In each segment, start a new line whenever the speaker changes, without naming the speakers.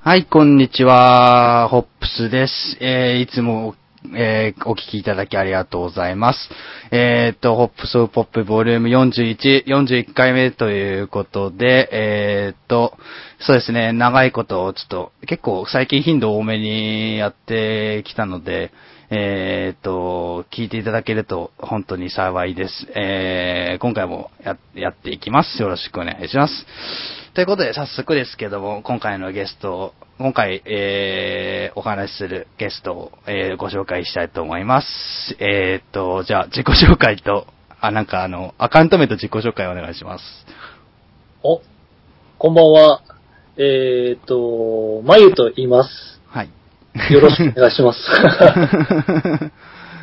はい、こんにちは。ホップスです。えー、いつも、えー、お聞きいただきありがとうございます。えーっと、ホップスポップボリューム41、41回目ということで、えーっと、そうですね、長いこと、ちょっと、結構最近頻度多めにやってきたので、えーっと、聞いていただけると本当に幸いです。えー、今回もややっていきます。よろしくお願いします。ということで、早速ですけども、今回のゲストを、今回、えー、お話しするゲストを、えー、ご紹介したいと思います。えー、っと、じゃあ、自己紹介と、あ、なんかあの、アカウント名と自己紹介お願いします。
お、こんばんは。えーっと、まゆと言います。
はい。
よろしくお願いし ます。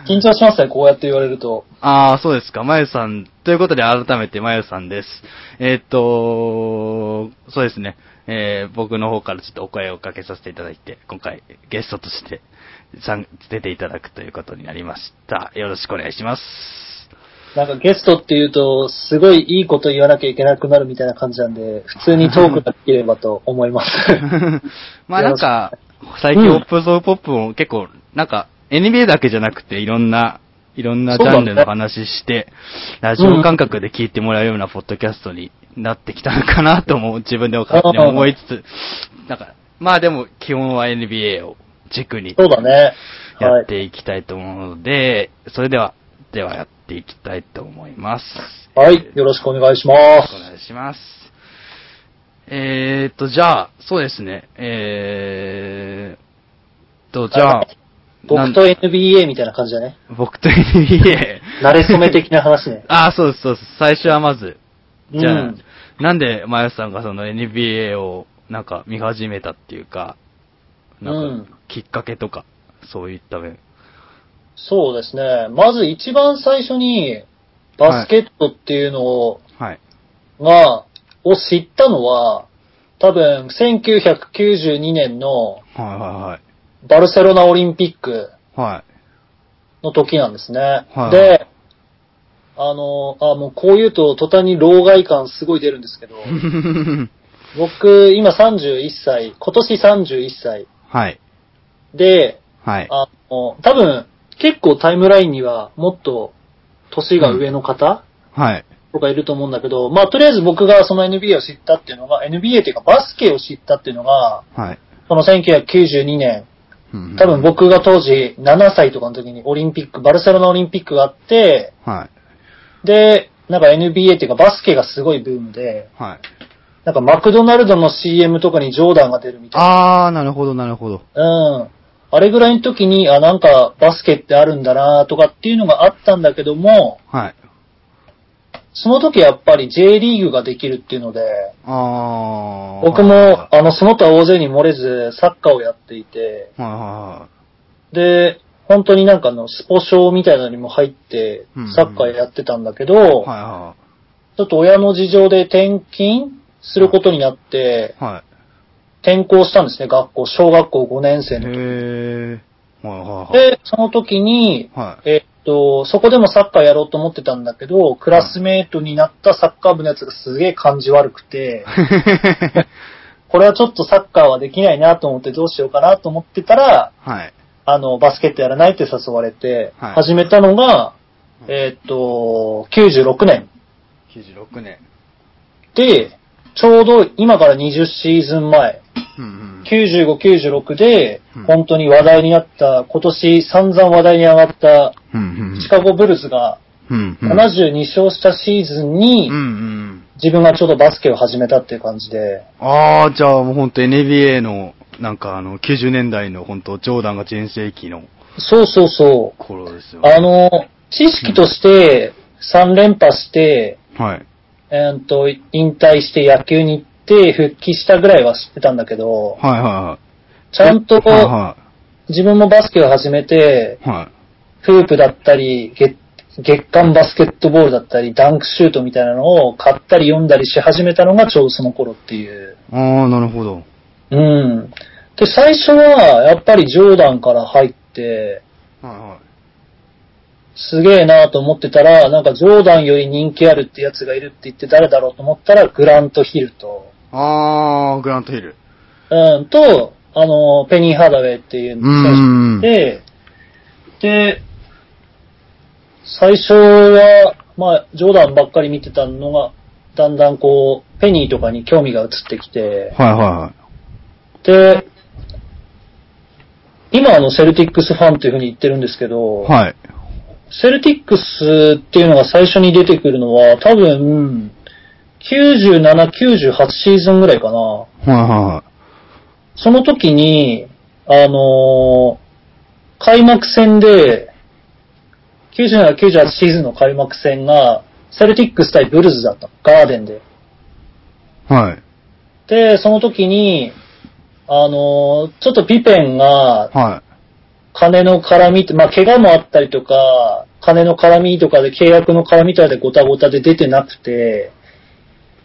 緊張しますね、こうやって言われると。
ああ、そうですか。まゆさん。ということで、改めてまゆさんです。えーっと、そうですね。えー僕の方からちょっとお声をかけさせていただいて、今回ゲストとして参出ていただくということになりました。よろしくお願いします。
なんかゲストって言うと、すごいいいこと言わなきゃいけなくなるみたいな感じなんで、普通にトークができればと思 います。
まあなんか、最近オップソーポップも結構、なんか、NBA だけじゃなくて、いろんな、いろんなジャンルの話して、ラジオ感覚で聞いてもらうようなポッドキャストになってきたのかなとも自分でも勝手に思いつつ、だから、まあでも基本は NBA を軸に
そうだね。
や
は
っ
い。
ていきたいと思うので、それでは、ではやっていきたいと思います。
はい、よろしくお願いしま
よろしくお
す。
願いします。えーっと、じゃあ、そうですね、えーっと、じゃあ、なん
僕と NBA みたいな感じだね。
僕と NBA。。
慣れ初め的な話ね
ああ、そうです、そうです。最初はまず、じゃあ、
うん
なんで、まやさんがその NBA を、なんか見始めたっていうか、
う
なん
ん
か、きっかけとか、そういった面。
そうですね。まず一番最初に、バスケットっていうのを、
はい。
が、を知ったのは、多分、1992年の
はいは
バルセロナオリンピック
いはい。は
の時なんですね。
はい
で、あの、あ、もうこう言うと途端に老害感すごい出るんですけど、
い。
僕、今31歳、今年31歳
はい。
で、
はい。
あの、多分、結構タイムラインにはもっと年が上の方、
はい。
とかいると思うんだけど、まあ、とりあえず僕がその NBA を知ったっていうのが、NBA っていうかバスケを知ったっていうのが、
はい。
その1992年、
うん
多分。僕が当時7歳とかの時にオリンピック、バルセロナオリンピックがあって、
はい。
で、なんか NBA っていうかバスケがすごいブームで、
はい。
なんかマクドナルドの CM とかにジョーダンが出るみたいな。
あー、なるほど、なるほど。
うん。あれぐらいの時に、あ、なんかバスケってあるんだなとかっていうのがあったんだけども、
はい。
その時やっぱり J リーグができるっていうので、
あー。
僕も、あの、その他大勢に漏れず、サッカーをやっていて、
はいは
で、本当になんかあの、スポ少みたいなのにも入って
うんうん、
サッカーやってたんだけど、
いはい。は
ちょっと親の事情で転勤することになって
い、はい。はい。
転校したんですね、学校、小学校5年生の時。
へー。はいはいはい。
で、その時に、
はい。
えっと、そこでもサッカーやろうと思ってたんだけど、クラスメイトになったサッカー部のやつがすげえ感じ悪くて、 これはちょっとサッカーはできないなと思ってどうしようかなと思ってたら、
はい。
あの、バスケットやらないって誘われて、
はい
始めたのが、えーっと、96年。
96年。
で、ちょうど今から20シーズン前、
うんうん。
95、96で
うん、
本当に話題になった、今年散々話題に上がった
うんうん
シカゴブルズが
うんうん。
72勝したシーズン
う
に
んう、ん。
自分がちょうどバスケを始めたっていう感じで、
あー、じゃあもうほんと NBA の、なんかあの、90年代のほんと、ジョーダンが全盛期の
そうそうそう。
頃ですよね。
あの、知識として3連覇して、
はい。
えーっと、引退して野球に行って復帰したぐらいは知ってたんだけど、
はいは
ちゃんと
いはい。は
自分もバスケを始めて、
いはい。はい。
フープだったり、月月間バスケットボールだったり、ダンクシュートみたいなのを買ったり読んだりし始めたのがちょうどその頃っていう。
あー、なるほど。
うん。で、最初はやっぱりジョーダンから入って、
はいはい。
すげえなと思ってたら、なんかジョーダンより人気あるってやつがいるって言って誰だろうと思ったら、グラントヒルと、
あー、グラントヒル。
うん、と、あの、ペニー・ハダウェイっていう選手で、で、最初は、まあ、ジョーダンばっかり見てたのが、だんだんこう、ペニーとかに興味が移ってきて、
はいは
で、今あのセルティックスファンというふうに言ってるんですけど、
いはい。はい。
セルティックスっていうのが最初に出てくるのは、多分、97、98シーズンぐらいかな。
はいは
その時に、あのー開幕戦で、97、98シーズンの開幕戦が、セルティックス対ブルズだった。ガーデンで。
いはい。はい。
で、その時に、あのーちょっとピペンが、
は
金の絡みって、まあ、怪我もあったりとか、金の絡みとかで契約の絡みとかでごたごたで出てなくて、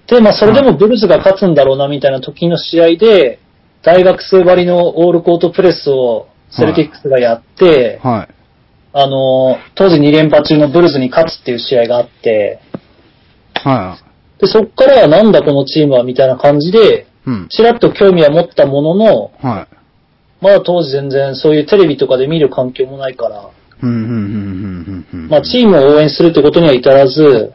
で、まあ、それでもブルズが勝つんだろうなみたいな時の試合で、大学生割りのオールコートプレスをセルティックスがやって、
い。はい。
あの、当時2連覇中のブルズに勝つっていう試合があって、
は
で、そっからはなんだこのチームはみたいな感じで、
い。うん。
ちらっと興味は持ったものの、
はい。
まだ当時全然そういうテレビとかで見る環境もないから、
うん、うん、うん、うん、うん。
まあ、チームを応援するってことには至らず、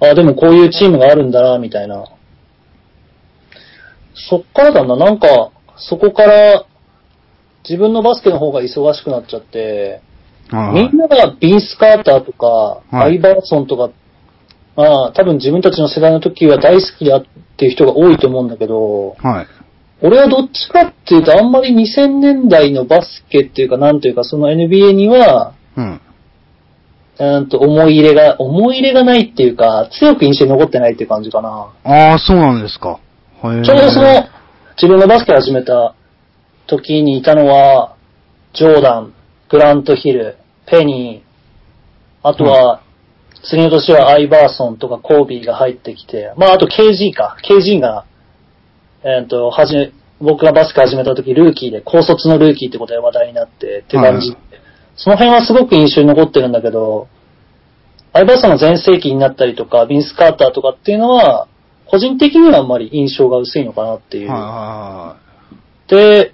あでもこういうチームがあるんだな、みたいな。そっからだな、なんか、そこから、自分のバスケの方が忙しくなっちゃって、
はい
みんながビンス・カーターとか、
はい
アイバーソンとか、まあ、多分自分たちの世代の時は大好きだっていう人が多いと思うんだけど、
はい。
俺はどっちかっていうと、あんまり2000年代のバスケっていうか、なんていうか、その NBA には、
うん。
うーんと、思い入れが、思い入れがないっていうか、強く印象に残ってないっていう感じかな。
ああ、そうなんですか。はい。
ちょうどその、自分がバスケ始めた時にいたのは、ジョーダン、グラントヒル、ペニー、あとは、次の年はアイバーソンとかコービーが入ってきて、まああと KG か、KG が、えーっ、と、はじめ、僕がバスケ始めた時ルーキーで、高卒のルーキーってことで話題になってって感じ。
はい
その辺はすごく印象に残ってるんだけど、アイバーソンの全盛期になったりとか、ビンス・カーターとかっていうのは、個人的にはあんまり印象が薄いのかなっていう。
は
で、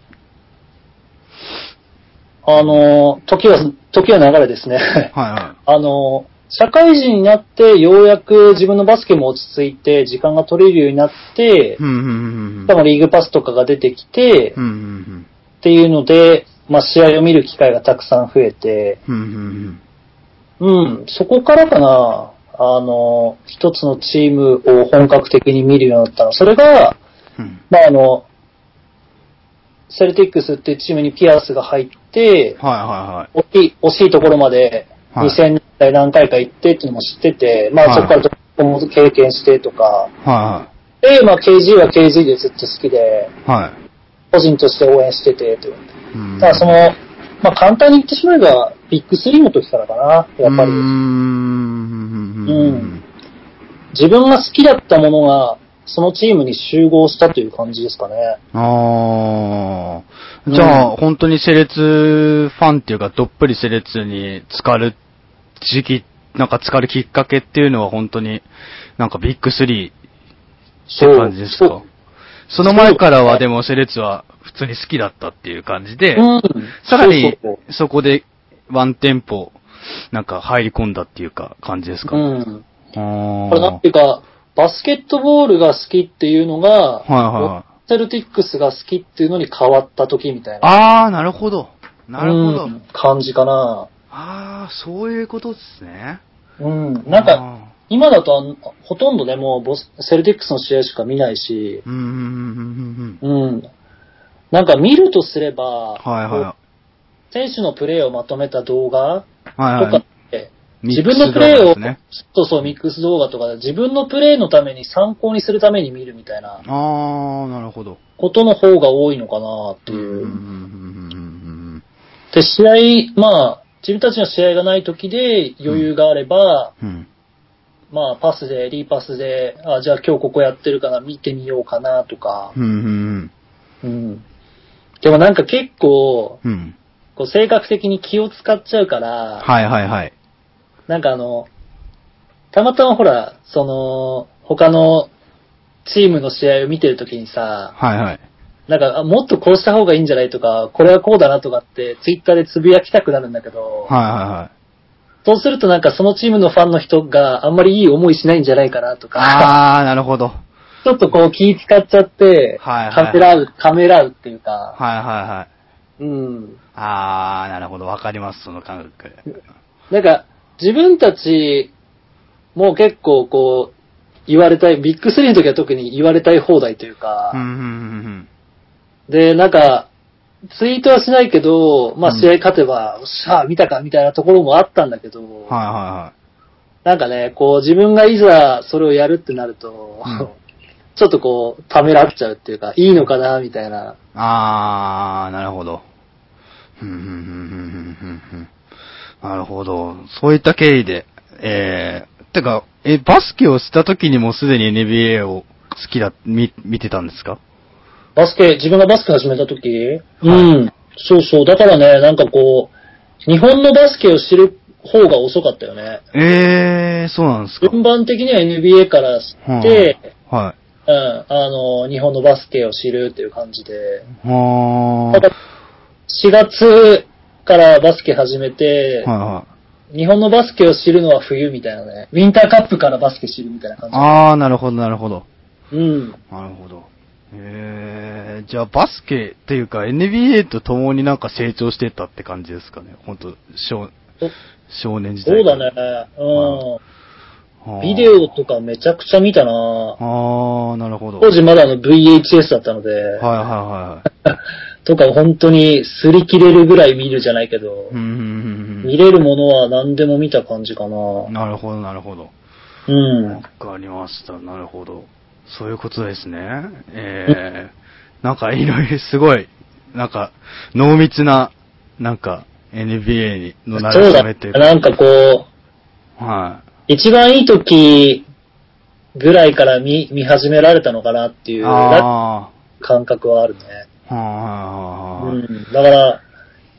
あの、時は、時は流れです
い
ね。
はいはい。はいは
あの、社会人になって、ようやく自分のバスケも落ち着いて、時間が取れるようになって
い。う、ん、うん、うん
しかもリーグパスとかが出てきて、
うん。うん、うん、
っていうので、まあ、試合を見る機会がたくさん増えて、
うん。うん、うん、
うん、そこからかな、あの、一つのチームを本格的に見るようになったの。それが、
うん。
まあ、あの、セルティックスっていうチームにピアスが入って、
はいは
惜しい、惜しいところまで
はい
2000年代何回か行ってっていうのも知ってて、ま
はい
あそこからどこも経験してとか、
いはい。は
で、まあ KG は KG でずっと好きで、
いはい。はい。
個人として応援しててという。
うん
ただその、まあ簡単に言ってしまえば、ビッグ3の時からかな、やっぱり。
うーん。
うん自分が好きだったものが、そのチームに集合したという感じですかね。
ああ。じゃあ、
うん
本当にセレツファンっていうか、どっぷりセレツに浸かる時期、なんか浸かるきっかけっていうのは本当に、なんかビッグ3って
そう
感じですかその前からはでもセレツは普通に好きだったっていう感じで、
うん。
さらに
そうそうそ
そこでワンテンポ、なんか入り込んだっていうか、感じですか、
う
あ
うん。
ー
これなんていうか、バスケットボールが好きっていうのが、
いはいはい
セルティックスが好きっていうのに変わった時みたいな。
あー、なるほど。なるほど。
うん感じかな。
ああ、そういうことですね。
うん。なんか、
あ
今だとあんほとんどね、もうボス、セルティックスの試合しか見ないし
ー、、うんうんうんうんうん。
うん。なんか見るとすれば、
はいは
こう選手のプレーをまとめた動画
い。は
と
い
か
は
っ
い。
て、
ミ
自
ック
分
ス
のプレー
動画で
を、
すね
そうそう、ミックス動画とかで、自分のプレーのために参考にするために見るみたいな
ああ、なるほど。
ことの方が多いのかなって
うんうんうん
いうう。
ん
で、試合、まあ、自分たちの試合がない時で余裕があれば、
うんうん。うん。
まあ、パスで、リーパスで、あ、じゃあ今日ここやってるから見てみようかなとか。
うんうん
うん。でもなんか結構、
うん。うん。
こう性格的に気を使っちゃうから、
はいはいはい。
なんかあの、たまたまほら、その、他のチームの試合を見てるときにさ、
はいはい。
なんか、あもっとこうした方がいいんじゃないとか、これはこうだなとかって、ツイッターでつぶやきたくなるんだけど、
はいはいはい。
そうするとなんかそのチームのファンの人があんまりいい思いしないんじゃないかなとか、
あー、なるほど。はい
ちょっとこう気使っちゃって、
はいはい
カメラう、カメラうっていうか、
はいはい。
うん。
あー、なるほど。わかります、その感覚。
なんか、自分たちも結構こう、言われたい、ビッグスリーの時は特に言われたい放題というか、
うん、うん、うん
で、なんか、ツイートはしないけど、ま
う
あ
ん
試合勝てば、おっしゃあ見たかみたいなところもあったんだけど、
うん。はいは
なんかね、こう自分がいざそれをやるってなると、
うん
ちょっとこう、ためらっちゃうっていうか、いいのかなみたいな。
いはい。あー、なるほど。ふんふんふんふんふんふんふんなるほど。そういった経緯で、えー、てか、え、バスケをした時にもうすでに NBA を好きだ、み、見てたんですか
バスケ、自分がバスケ始めた時、うん。そうそう。だからね、なんかこう、日本のバスケを知る方が遅かったよね。
えー、そうなんですか。
順番的には NBA から知って、
うん、はい。
うん、あの、日本のバスケを知るっていう感じで。
は
ただ、4月からバスケ始めて、
ー。はいはい。
日本のバスケを知るのは冬みたいなね。ウィンターカップからバスケ知るみたいな感じ。
あー、なるほど、なるほど。
うん。
なるほど。えー、じゃあバスケっていうか NBA と共になんか成長してったって感じですかね。ほんと、少、
そ
少年時代。
そうだね。
は
う
あー。
ん。ビデオとかめちゃくちゃ見たな
あー、なるほど。は
当
い
時まだあの VHS だったので、
はいは
とか本当に擦り切れるぐらい見るじゃないけど
い。う、んうん
見れるものは何でも見た感じかな
うんうん。なるほど、なるほど。
うん
わ。かりました。なるほど。そういうことですね。えー、なんかいろいろすごい、なんか、濃密な、なんか、NBA の
そ
並
う
び
だ、
めて。
なんかこう、
は
一番いい時ぐらいから見、見始められたのかなってい
い。
う
あ
感覚はあるね。
ー。は
う
い。
ん。だから、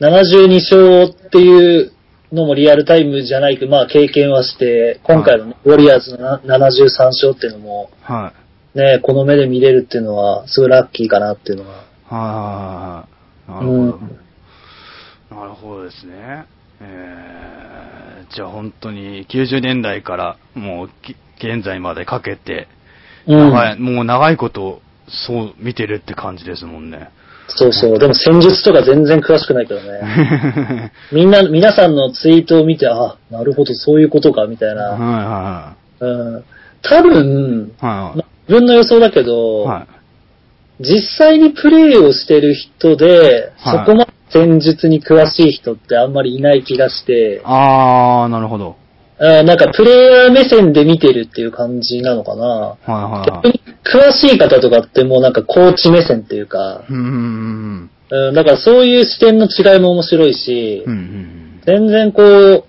72勝っていうのもリアルタイムじゃないけど、まあ経験はして、今回のね、ウォリアーズのな73勝っていうのも、
はい。
ね、この目で見れるっていうのは、すごいラッキーかなっていうのは。
はいはいはいはい。なる
う
ほ
ん
ど。なるほどですね。えー、じゃあ本当に90年代からもうき現在までかけて、
うん。
はい、もう長いことそう見てるって感じですもんね。
そうそう。でも戦術とか全然詳しくないけどね。みんな、皆さんのツイートを見て、あ、なるほど、そういうことか、みた
は
い
い
な。
は
うん。多分、
いはい。はい
ま自分の予想だけど、
はい。
実際にプレイをしてる人で、
はい
そこまで戦術に詳しい人ってあんまりいない気がして、
あー、なるほど。
あなんかプレイヤー目線で見てるっていう感じなのかな。
はいはいは
逆
い。
に詳しい方とかってもうなんかコーチ目線っていうか、
うんうん
うん、だからそういう視点の違いも面白いし、
うんうん。うんうん
全然こう、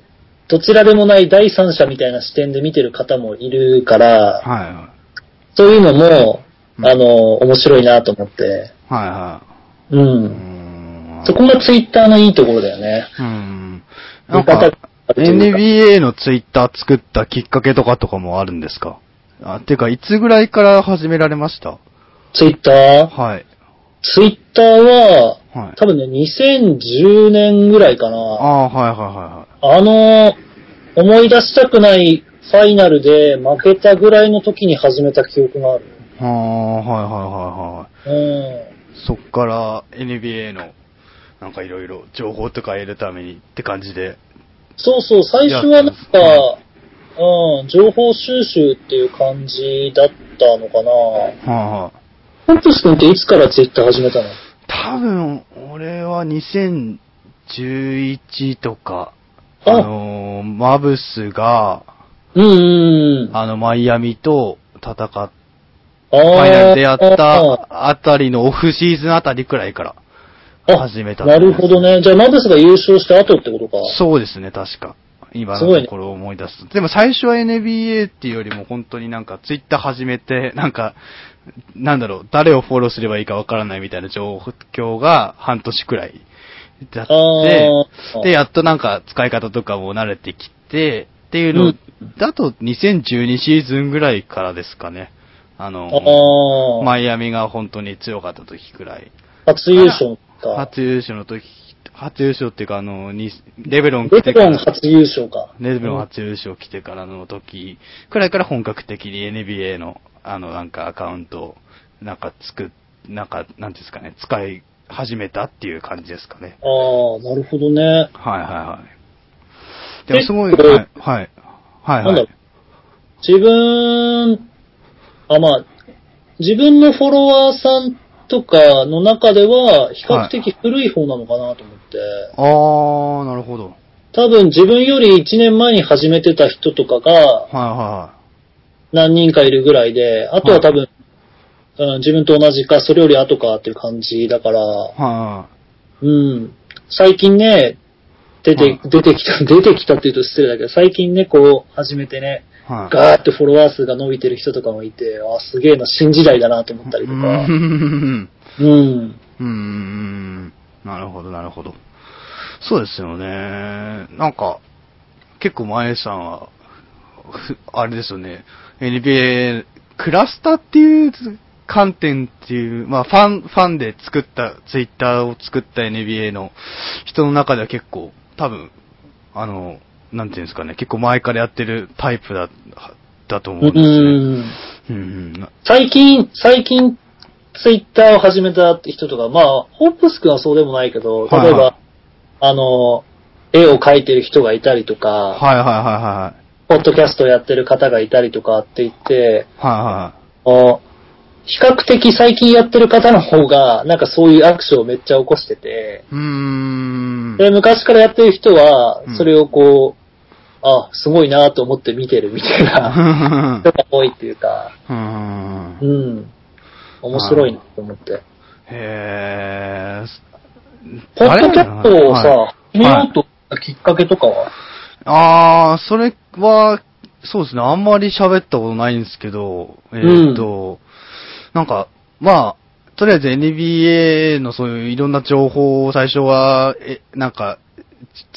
どちらでもない第三者みたいな視点で見てる方もいるから、
はいは
そういうのも、
うん
あの、面白いなと思って。
い。はいは
う。
い。うんーん
そこがツイッターのいいところだよね。
うん。な
見
んか
方、が変わるというか
NBA のツイッター作ったきっかけとかとかもあるんですかあ、てか、いつぐらいから始められました
ツイッター
はい。
ツイッターは、
はい。
多分ね、2010年ぐらいか
あ
な。あ
あー、はいは
の、思い出したくないファイナルで負けたぐらいの時に始めた記憶がある。
いはいはい。ああ、はいはいはいは
うん。
い。そっから NBA の、なんかいろいろ情報とか得るためにって感じで。
そうそう、最初はなん
いや
か、うん、情報収集っていう感じだったのかな。
はいはい。
ホップス君っていつからツイッター始めたの
多分、俺は2011とか、あ
あ
のーマブスが、
うんうんうん。
あの、マイアミと戦っ
あ
ファ
ー
イナルでやったあたりのオフシーズンあたりくらいから。
あ
始めた
なるほどね。じゃあ、マブスが優勝した後ってことか。
そうですね、確か。今
すごい
の
ね
ところを思い出す。でも最初は NBA っていうよりも本当になんかツイッター始めて、なんか、なんだろう、誰をフォローすればいいかわからないみたいな状況が半年くらいだって、
あー
で、やっとなんか使い方とかも慣れてきて、っていうの、
うん
だと2012シーズンぐらいからですかね。あの、
ああ、
マイアミが本当に強かった時くらい。
初優勝か。
初優勝の時、初優勝っていうか、あの、にレベロン
レ
来
ブ
て
ロ
か
ン
ら、
初優勝か。
レベロン初優勝来てからの時くらいから本格的に NBA の、あの、なんかアカウントを、なんか作っ、なんか、なんていうんですかね、使い始めたっていう感じですかね。
ああ、なるほどね。
はいはいはい。でもすごい、
え
はい、はい。はい
なん
は
だ
い。
自分、あ、まあ、自分のフォロワーさんとかの中では、比較的古い方なのかなと思って、
あー、なるほど。
多分自分より1年前に始めてた人とかが
はいは
何人かいるぐらいで、あとは多分、うん、自分と同じか、それより後かっていう感じだから
い。、は
うん。最近ね、出て、出てきた、 出てきたって言うと失礼だけど、最近ね、こう、始めてね、
い。はい。
ガーってフォロワー数が伸びてる人とかもいて、あ、すげえな、新時代だなと思ったりと
う
か。
ん
うん。
うーん。なるほど、なるほど。そうですよね。なんか、結構前さんは、ふあれですよね。NBA、クラスターっていう観点っていう、まあファン、ファンで作った、ツイッターを作った NBA の人の中では結構、多分、あの、なんていうんですかね、結構前からやってるタイプだ、だと思
う
うんですね。う
ん。
んうん。な
最近、最近、ツイッターを始めたって人とか、まあ、ホップス君はそうでもないけど、例
は
えば、
いはい
あの、絵を描いてる人がいたりとか、
はいはいはいは
ポッドキャストやってる方がいたりとかって言って、
い。はいはいはい。
あ比較的最近やってる方の方が、なんかそういうアクションをめっちゃ起こしてて、
うーん。
で、昔からやってる人は
うん、
それをこう、あ、すごいなと思って見てるみたいな人が多いっていうか、
うん
うん。面白いなと思って。
へー
ポッドキャストをさ、
い
見ようと思ったきっかけとかは、
あー、それは、そうですね、あんまり喋ったことないんですけど、えーっと、なんか、まあ、とりあえず NBA のそういういろんな情報を最初は、え、なんか、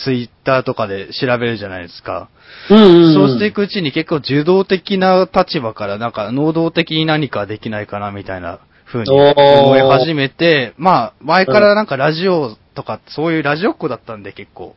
ツイッターとかで調べるじゃないですか。
うん
そうしていくうちに結構受動的な立場から、なんか能動的に何かできないかなみたいな風に思い始めて、まあ、前からなんかラジオとか、そういうラジオっ子だったんで結構、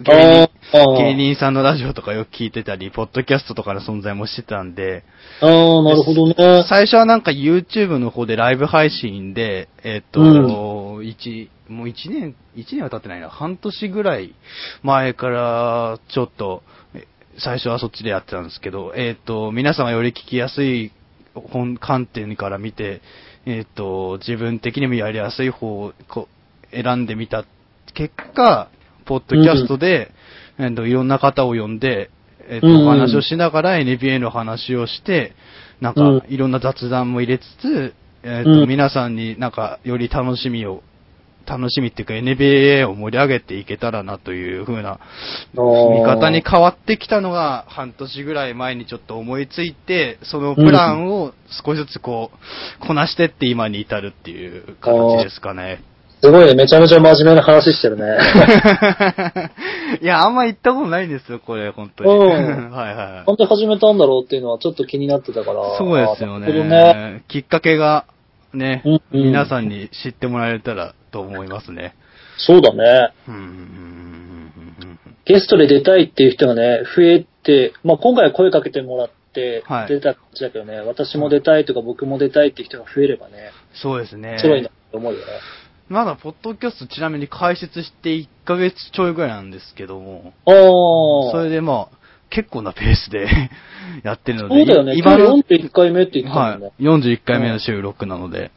芸人芸人さんのラジオとかよく聞いてたり、ポッドキャストとかの存在もしてたんで、
あーあー、なるほどね。
最初はなんか YouTube の方でライブ配信で、えっ、と、一、もう一年、一年は経ってないな、半年ぐらい前からちょっと、え最初はそっちでやってたんですけど、えっ、と、皆さんがより聞きやすい本観点から見て、えっ、と、自分的にもやりやすい方をこう選んでみた結果、ポッドキャストで、えっといろんな方を呼んで、えっと
うんうん
お話をしながら NBA の話をして、なん
うん
か、いろんな雑談も入れつつ、えっ、と、
うん
皆さんになんか、より楽しみを、楽しみっていうか NBA を盛り上げていけたらなという風な
あー
見方に変わってきたのが半年ぐらい前にちょっと思いついて、そのプランを少しずつこう、こなしてって今に至るっていう形ですかね。
すごいね、めちゃめちゃ真面目な話してるね。
いや、あんま行ったことないんですよ、これ、本当に。
うん
はいはいはい。
なんで始めたんだろうっていうのはちょっと気になってたから。
そうですよ
あーなるほどね。
ね。きっかけがね、
うんうん
皆さんに知ってもらえたらと思いますね。
そうだね。
うんうんうんうんうん
ゲストで出たいっていう人がね、増えて、まあ、今回は声かけてもらって
はい、
出た感じだけどね、私も出たいとか僕も出たいっていう人が増えればね、
そうですね
面。白いなと思うよね。
まだ、ポッドキャストちなみに開設して1ヶ月ちょいぐらいなんですけども、
ああ。
それでまあ、結構なペースで やってるので、
そうだよね。今
今の、
41回目って言ってたもん
は
ね。
い、41回目の収録なので、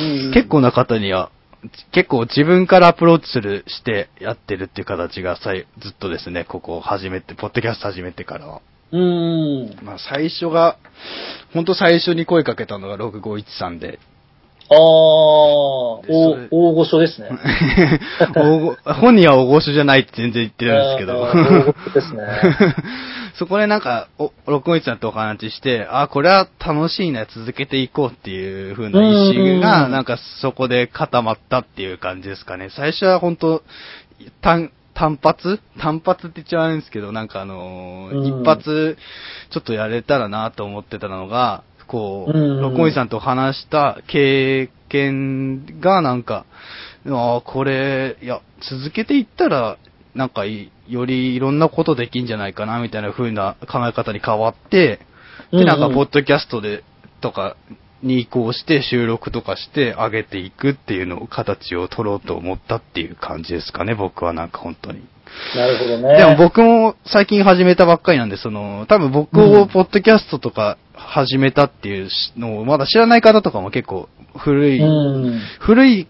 うん
結構な方には、結構自分からアプローチする、してやってるっていう形がさいずっとですね、ここを始めて、ポッドキャスト始めてからは。
うん。
まあ最初が、ほんと最初に声かけたのが6513で、
ああ、お
でそれ
大御所で すね。
大御本人は大御所じゃないって全然言ってるんですけ
あー大
ど
御。所 ですね。
そこでなんか、お、録音室さんとお話しして、あ、これは楽しいな、続けていこうっていう風な意
うんうんう
思
ん
が、なんかそこで固まったっていう感じですかね。最初は本当単、単発単発って言っちゃうんですけど、なんかあのー
うん
一発、ちょっとやれたらなと思ってたのが、こう、
うんうん
六本木さんと話した経験が、なんか、ああ、これ、いや、続けていったら、なんかい、よりいろんなことできんじゃないかな、みたいな風な考え方に変わって、で、なん
う
か、
んうん
ポッドキャストで、とか、に移行して、収録とかして、上げていくっていうのを、形を取ろうと思ったっていう感じですかね、僕はなんか本当に。
なるほどね。
でも僕も最近始めたばっかりなんで、その、多分僕
う
を
ん
ポッドキャストとか始めたっていうのを、まだ知らない方とかも結構古い、
うん。
古い、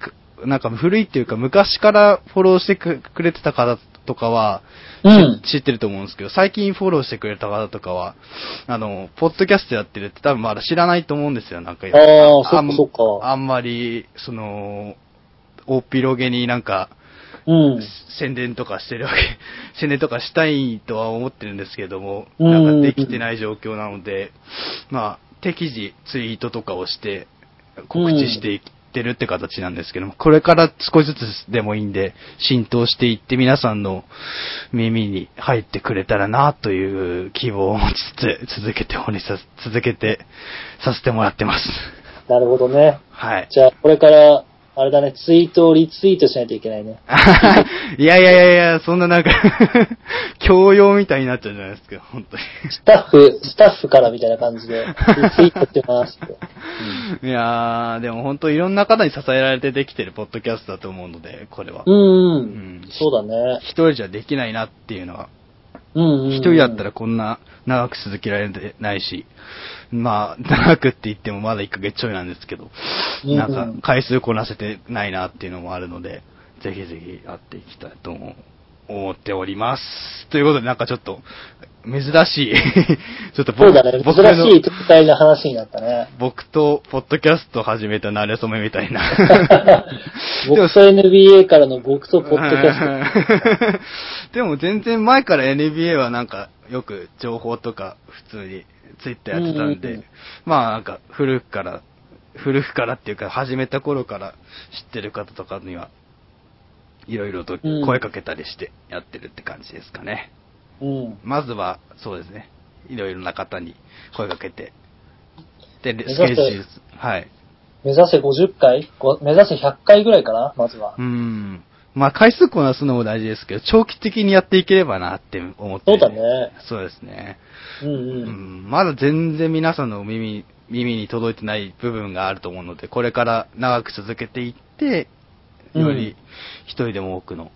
なんか古いっていうか昔からフォローしてくくれてた方とかは、
うん。
知ってると思うんですけど、最近フォローしてくれた方とかは、あの、ポッドキャストやってるって多分まだ知らないと思うんですよ、なんか。
ああ、そ
ん
っかそっか。
あんまり、その、大広げになんか、
うん。
宣伝とかしてるわけ、 宣伝とかしたいとは思ってるんですけども、
うん
なんかできてない状況なので、まあ、適時ツイートとかをして、告知していってるって形なんですけども、これから少しずつでもいいんで、浸透していって皆さんの耳に入ってくれたらなという希望を持ちつつ、続けておりさ、続けてさせてもらって ます。
なるほどね。
はい。
じゃあ、これから、あれだね、ツイートをリツイートしないといけないね。
いやいやいやいや、そんななんか、 教養みたいになっちゃうじゃないですか、本当に。
スタッフ、スタッフからみたいな感じで、リツイートしてますって。
いやー、でも本当いろんな方に支えられてできてるポッドキャストだと思うので、これは。
うん、うん、
うん
そうだね。
一人じゃできないなっていうのは、
うん、うんうん。
一人だったらこんな長く続けられないし、まあ、長くって言ってもまだ1ヶ月ちょいなんですけど、
うん
なんか回数こなせてないなっていうのもあるので、ぜひぜひ会っていきたいと思思っております。ということでなんかちょっと、珍しい、 ちょっと
そうだね、
僕
珍しい
の、
特体の話になったね。
僕とポッドキャスト始めた慣れ初めみたいな。 でも
僕と NBA からの僕とポッドキャスト。
ャスト。でも全然前から NBA はなんかよく情報とか普通にツイッターやってたんで、
うんうんうん
まあなんか古くから、古くからっていうか始めた頃から知ってる方とかにはいろいろと
うん
声かけたりしてやってるって感じですかね。
うん。
まずはそうですね、いろいろな方に声かけて、で、
目指
ス
せ
ケジュール、はい。
目指せ50回ご目指せ100回ぐらいかなまずは
う。ん。まあ回数こなすのも大事ですけど、長期的にやっていければなって思って。
そうだね。
そうですね。
うん
う
うん。
ん。まだ全然皆さんのお耳、耳に届いてない部分があると思うので、これから長く続けていって、よ
うん
り一人でも多くの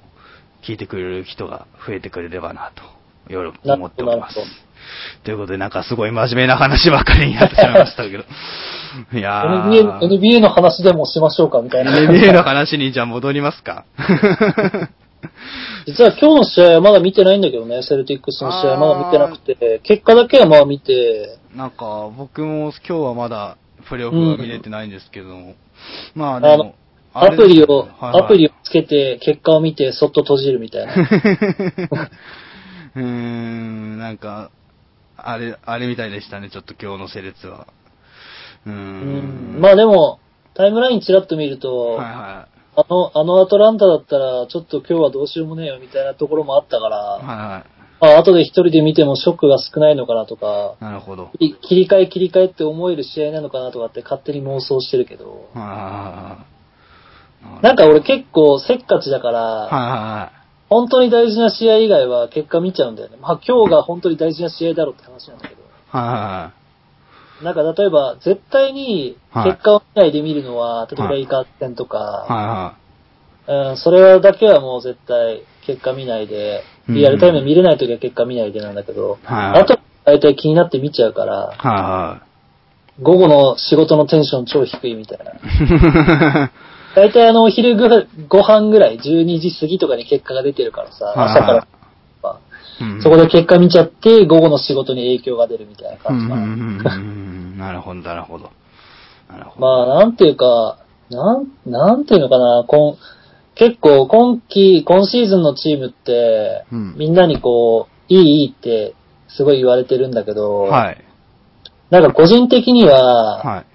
聞いてくれる人が増えてくれればなと、よろ思っております
なるほ。
ということで、なんかすごい真面目な話ばかりになってしまいましたけ ど。いやー
NBA, NBA の話でもしましょうかみたいな。
NBA の話にじゃあ戻りますか。
実は今日の試合はまだ見てないんだけどね、セルティックスの試合まだ見てなくて、結果だけはまあ見て、
なんか、僕も今日はまだプレイオフは見れてないんですけども。まあで
あ
も
の、
あ
ア
れ
プリを、
はいはい
アプリをつけて、結果を見て、そっと閉じるみたい な。
うーん、なんか、あれ、あれみたいでしたね、ちょっと今日のセレツは。うー
うん
ん。
まあでも、タイムラインちらっと見ると、
はいは
あの、あのアトランタだったら、ちょっと今日はどうしようもねえよみたいなところもあったから、
い。はいは
まあ後で一人で見てもショックが少ないのかなとか
い。、なるほど。
い切り替え切り替えって思える試合なのかなとかって勝手に妄想してるけど、
はいはいはい。
なん
か、
か俺結構せっかちだから、
はいはいはい。
本当に大事な試合以外は結果見ちゃうんだよね。まあ今日が本当に大事な試合だろうって話なんだけど。
はいは
なんか例えば、絶対に結果を見ないで見るのは、例えばレイカーズ戦とか、
いはい。はいは
うん、それだけはもう絶対結果見ないで、
うん
リアルタイム見れないときは結果見ないでなんだけど、
い。はいはい。
あとは大体気になって見ちゃうから、
はいはい。
午後の仕事のテンション超低いみたいな。 大体あの、お昼ぐらいご飯ぐらい、12時過ぎとかに結果が出てるからさ、朝からとか、
うん
そこで結果見ちゃって、午後の仕事に影響が出るみたいな
うん
感じかな。
うんうんうんうんなるほど、なるほど。なるほど。
まあ、なんていうか、なん、なんていうのかな、こん結構今季、今シーズンのチームって、
うん
みんなにこう、いいいいってすごい言われてるんだけど、
はい。
なんか個人的には、
はい。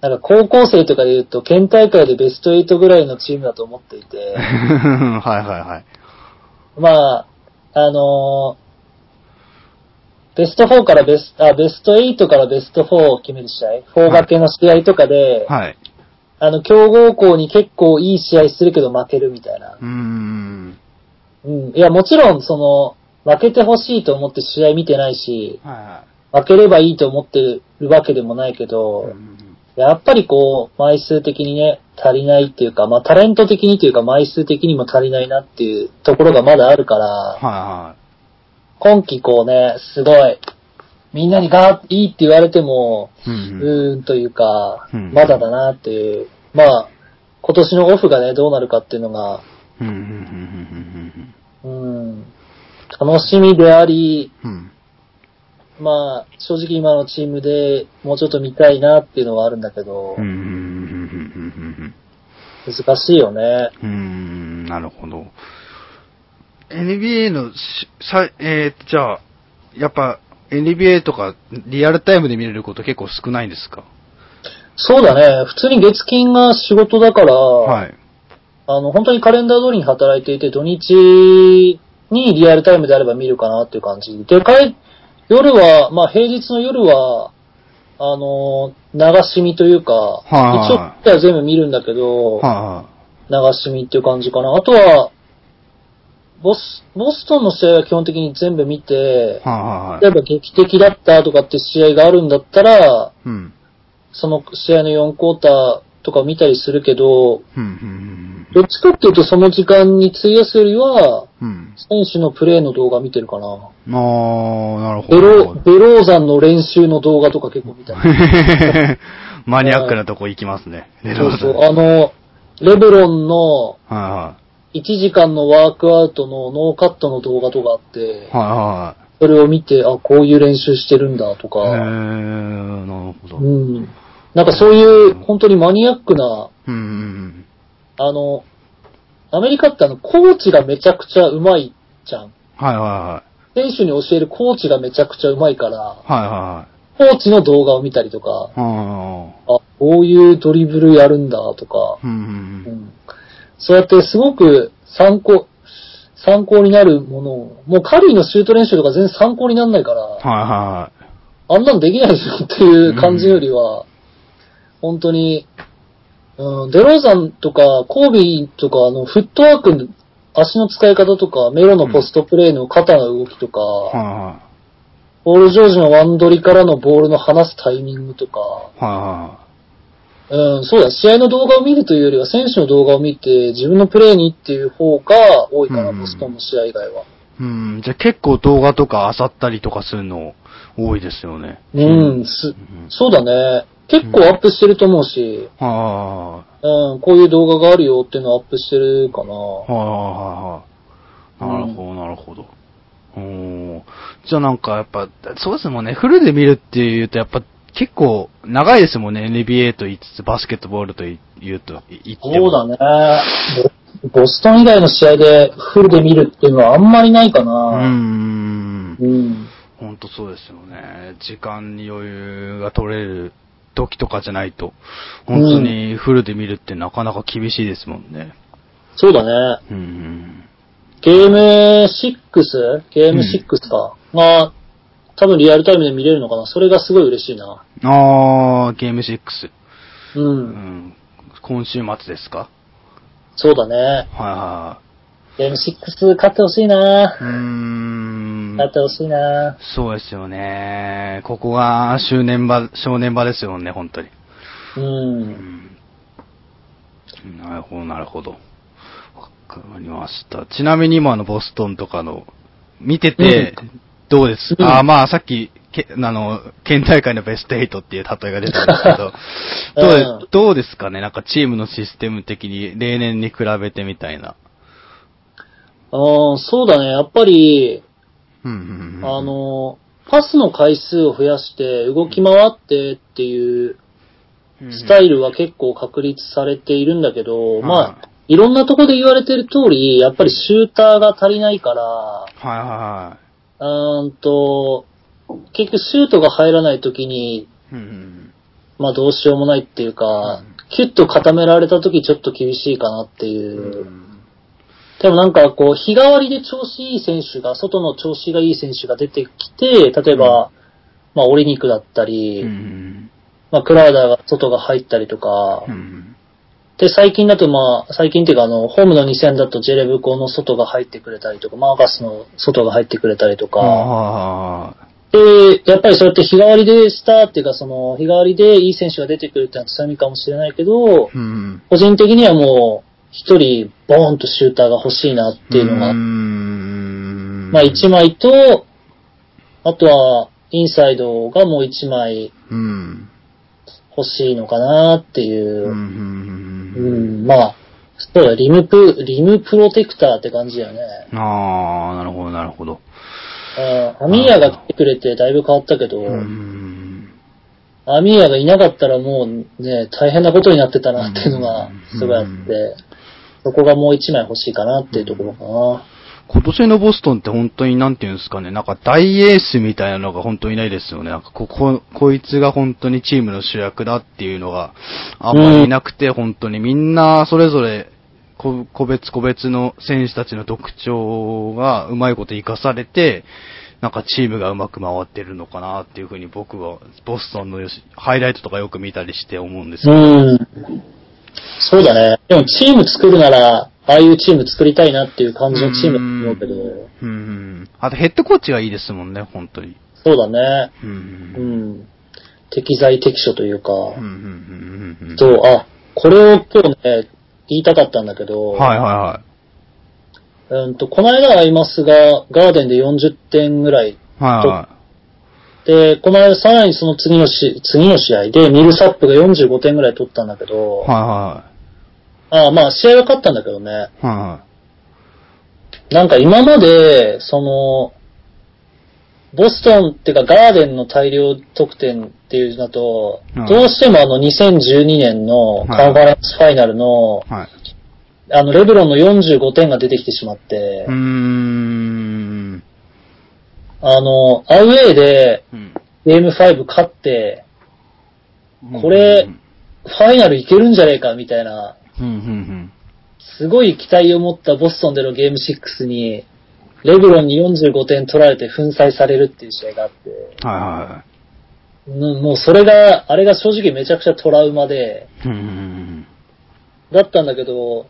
なんか高校生とかで言うと、県大会でベスト8ぐらいのチームだと思っていて、
はいはいはい。
まあ、あのーベスト4からベスあベスト8からベスト4を決める試合、4掛けの試合とかで、
はい。
あの、強豪校に結構いい試合するけど負けるみたいな
う。ーん。
うん。いや、もちろん、その、負けてほしいと思って試合見てないし、
はいは
負ければいいと思ってるわけでもないけ
い。う
ど、
ん
やっぱりこう、枚数的にね、足りないっていうか、まあ、タレント的にというか、枚数的にも足りないなっていうところがまだあるから、
は
今季こうね、すごい、みんなにガーッいいって言われても、
いはい。う
うんーんというか、
うん
まだだなっていう、まあ、今年のオフがね、どうなるかっていうのが、
うん。うんうんうん
うん、楽しみであり、
うんうんうん。
まあ、正直今のチームでもうちょっと見たいなっていうのはあるんだけど
うんう、んうん
難しいよね。
うんうんうんうんうんうんなるほど。NBA のし、さ、えー、じゃあ、やっぱ、NBA とか、リアルタイムで見れること結構少ないんですか
そうだね、普通に月金が仕事だから、
はい。
あの、本当にカレンダー通りに働いていて、土日にリアルタイムであれば見るかなっていう感じ。で、帰、夜は、まあ平日の夜は、あの、流し見というか、
はい
一応、は全部見るんだけど、
は
流し見っていう感じかな。あとは、ボス、ボストンの試合は基本的に全部見て
いはい。、はいはい
例
は
え
い。
ば劇的だったとかって試合があるんだったら、
うん。
その試合の4クォーターとか見たりするけど、
うんうん
どっちかっていうとその時間に費やすよりは、
うん。
選手のプレーの動画見てるかな。
うん。あー、なるほ
ベ
ど。
ロ、ベローザンの練習の動画とか結構見たり。
マニアックなとこ行きますね。レ
そ
ロ
う
ーさ
そ
ん
う。あの、レブロンの
は
1時間のワークアウトのノーカットの動画とかあっ
い
て、
は
それを見て、あ、こういう練習してるんだと
い。はいはい。
か、
えー、なるほど。
う
うん
ん。なんかそういう本当にマニアックな、
うんうん。
あの、アメリカってあの、コーチがめちゃくちゃうまいじゃん。
はいは
選手に教えるコーチがめちゃくちゃうまいから、
いはい。はいはいはい。
コーチの動画を見たりとか、
あ
あ、こういうドリブルやるんだとか
ー、うん
う
うん
ん、そうやってすごく参考、参考になるものを、もうカリーのシュート練習とか全然参考にならないから、
は
あんなんできないですよっていう感じよりは、本当に、うん、デローザンとかコービーとかあのフットワークの足の使い方とか、メロのポストプレイの肩の動きとか、
いはい。は
ボールジョージのワンドリからのボールの離すタイミングとか、
いはい。は
うん、そうだ、試合の動画を見るというよりは、選手の動画を見て、自分のプレーにっていう方が多いかな、
うん
ボストンの試合以外は。
いはい。うん、じゃあ結構動画とか漁ったりとかするの多いですよね。
うん、す
ん
そうだね。結構アップしてると思うし、
は
うん、こういう動画があるよっていうのをアップしてるかな。
いはいはいはいはい。なるほど、なるほど。おーじゃあなんかやっぱ、そうですもんね、フルで見るっていうとやっぱ結構長いですもんね、NBA と言いつつ、バスケットボールと言うと、言っても。
そうだね。ボボストン以外の試合でフルで見るっていうのはあんまりないか
うー
な。
ん
う。ん。
ほんとそうですよね。時間に余裕が取れる時とかじゃないと、本当にフルで見るってなかなか厳しいですもんね。
そうだね。
うん。
ゲーム 6? ゲーム6か。まあ、多分リアルタイムで見れるのかな。それがすごい嬉しいな。
あー、ゲーム6。う
う。
んん。今週末ですか
そうだね。
は
ゲーム6勝ってほしいない
はい。うーん。
勝ってほしいな
そうですよね。ここが周年場、正念場ですよね、本当に。
う。
うんん。なるほど、なるほど。わかりました。ちなみに今のボストンとかの、見てて
う、
どうです
うん
ああ、まあ、さっき、けあの、県大会のベスト8っていう例えが出たんですけど、ど
う
う、どうですかねなんかチームのシステム的に、例年に比べてみたいな。
あーそうだね。やっぱり、
うんうんうん、
あ、の、パスの回数を増やして、動き回ってっていうスタ
イ
イルは結構確立されているんだけど、
うん
まあ、いろんなとこで言われてる通り、やっぱりシューターが足りないから、
ル。はいは
うーんと、結局シュートが入らないときに、
いはい。うんうん
まあどうしようもないっていうか、キュッと固められたときちょっと厳しいかなっていうう。
ん
でもなんかこう、日替わりで調子いい選手が、外の調子がいい選手が出てきて、例えば、まあ、オリニクだったり、
うん。
まあ、クラウダーが外が入ったりとか、
うん。
で、最近だとまあ、最近っていうかあの、ホームの2戦だとジェレブコの外が入ってくれたりとか、マーガスの外が入ってくれたりとか、
ああ。
で、やっぱりそうやって日替わりでしたっていうか、その、日替わりでいい選手が出てくるっていうのは強みかもしれないけど、
うん。
個人的にはもう、一人、ボーンとシューターが欲しいなっていうのが、
ん
まあ1枚と、あとは、インサイドがもう1枚
うん。。
欲しいのかなっていうう、うんん、まあ、そうだ、リムプ、リムプロテクターって感じだよね。
ああ、なるほど、なるほど。
あーアミーヤが来てくれてだいぶ変わったけど、
うん。
アミーヤがいなかったらもうね、大変なことになってたなっていうのがすごいあって、そこがもう一枚欲しいかなっていうところかな。
今年のボストンって本当になんていうんですかね、なんか大エースみたいなのが本当にいないですよね。なんかこ、こ、こいつが本当にチームの主役だっていうのがあんまりいなくて、本当にみんなそれぞれ、こ個別個別の選手たちの特徴がうまいこと活かされて、なんかチームがうまく回ってるのかなっていうふうに僕は、ボストンのよしハイライトとかよく見たりして思うんですけ
う
ど。
ん。そうだね。でもチーム作るなら、ああいうチーム作りたいなっていう感じのチームだと思うけど、
うん。あとヘッドコーチがいいですもんね、本当に。
そうだね。
うん
う。ん。適材適所というか、
うんうんうんうんうん
と、あ、これを今日ね、言いたかったんだけど、
はいはいはい。
うんと、この間アイマスがガーデンで40点ぐらい。
はいは
で、この間さらにその次のし、次の試合でミルサップが45点ぐらい取ったんだけど、
い。は
あまあ試合は勝ったんだけどね、
いはい。は
なんか今まで、その、ボストンっていうかガーデンの大量得点っていうのだと、
うん
どうしてもあの2012年のカンファレンスファイナルの、
いはい。はい。
あのレブロンの45点が出てきてしまって、
うーん。
あの、アウェーで
うん
ゲーム5勝って、これ、ファイナルいけるんじゃねえかみたいな、
うんうん
すごい期待を持ったボストンでのゲーム6に、レブロンに45点取られて粉砕されるっていう試合があって、
うん。はいは
うんもうそれが、あれが正直めちゃくちゃトラウマで、
い。うんうん
だったんだけど、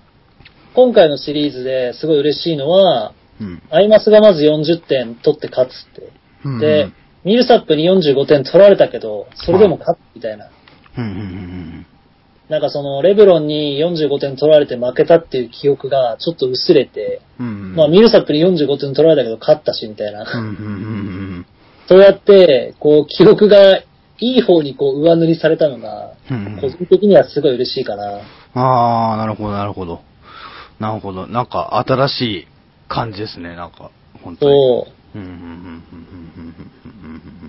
今回のシリーズですごい嬉しいのは、
うん。
アイマスがまず40点取って勝つって。
うん。
で、ミルサップに45点取られたけど、それでも勝つみたいな。
うんうんうん
なんかその、レブロンに45点取られて負けたっていう記憶がちょっと薄れて、
うん。うん。
まあミルサップに45点取られたけど勝ったしみたいな。
うんうんうん
そうやって、こう、記憶がいい方にこう上塗りされたのが、
うんうんう
個
ん。
人的にはすごい嬉しいかな。
ああ、なるほど、なるほど。なるほど。なんか、新しい感じですね、なんか、本当に。
と、
うんうんうんうんうんうんうん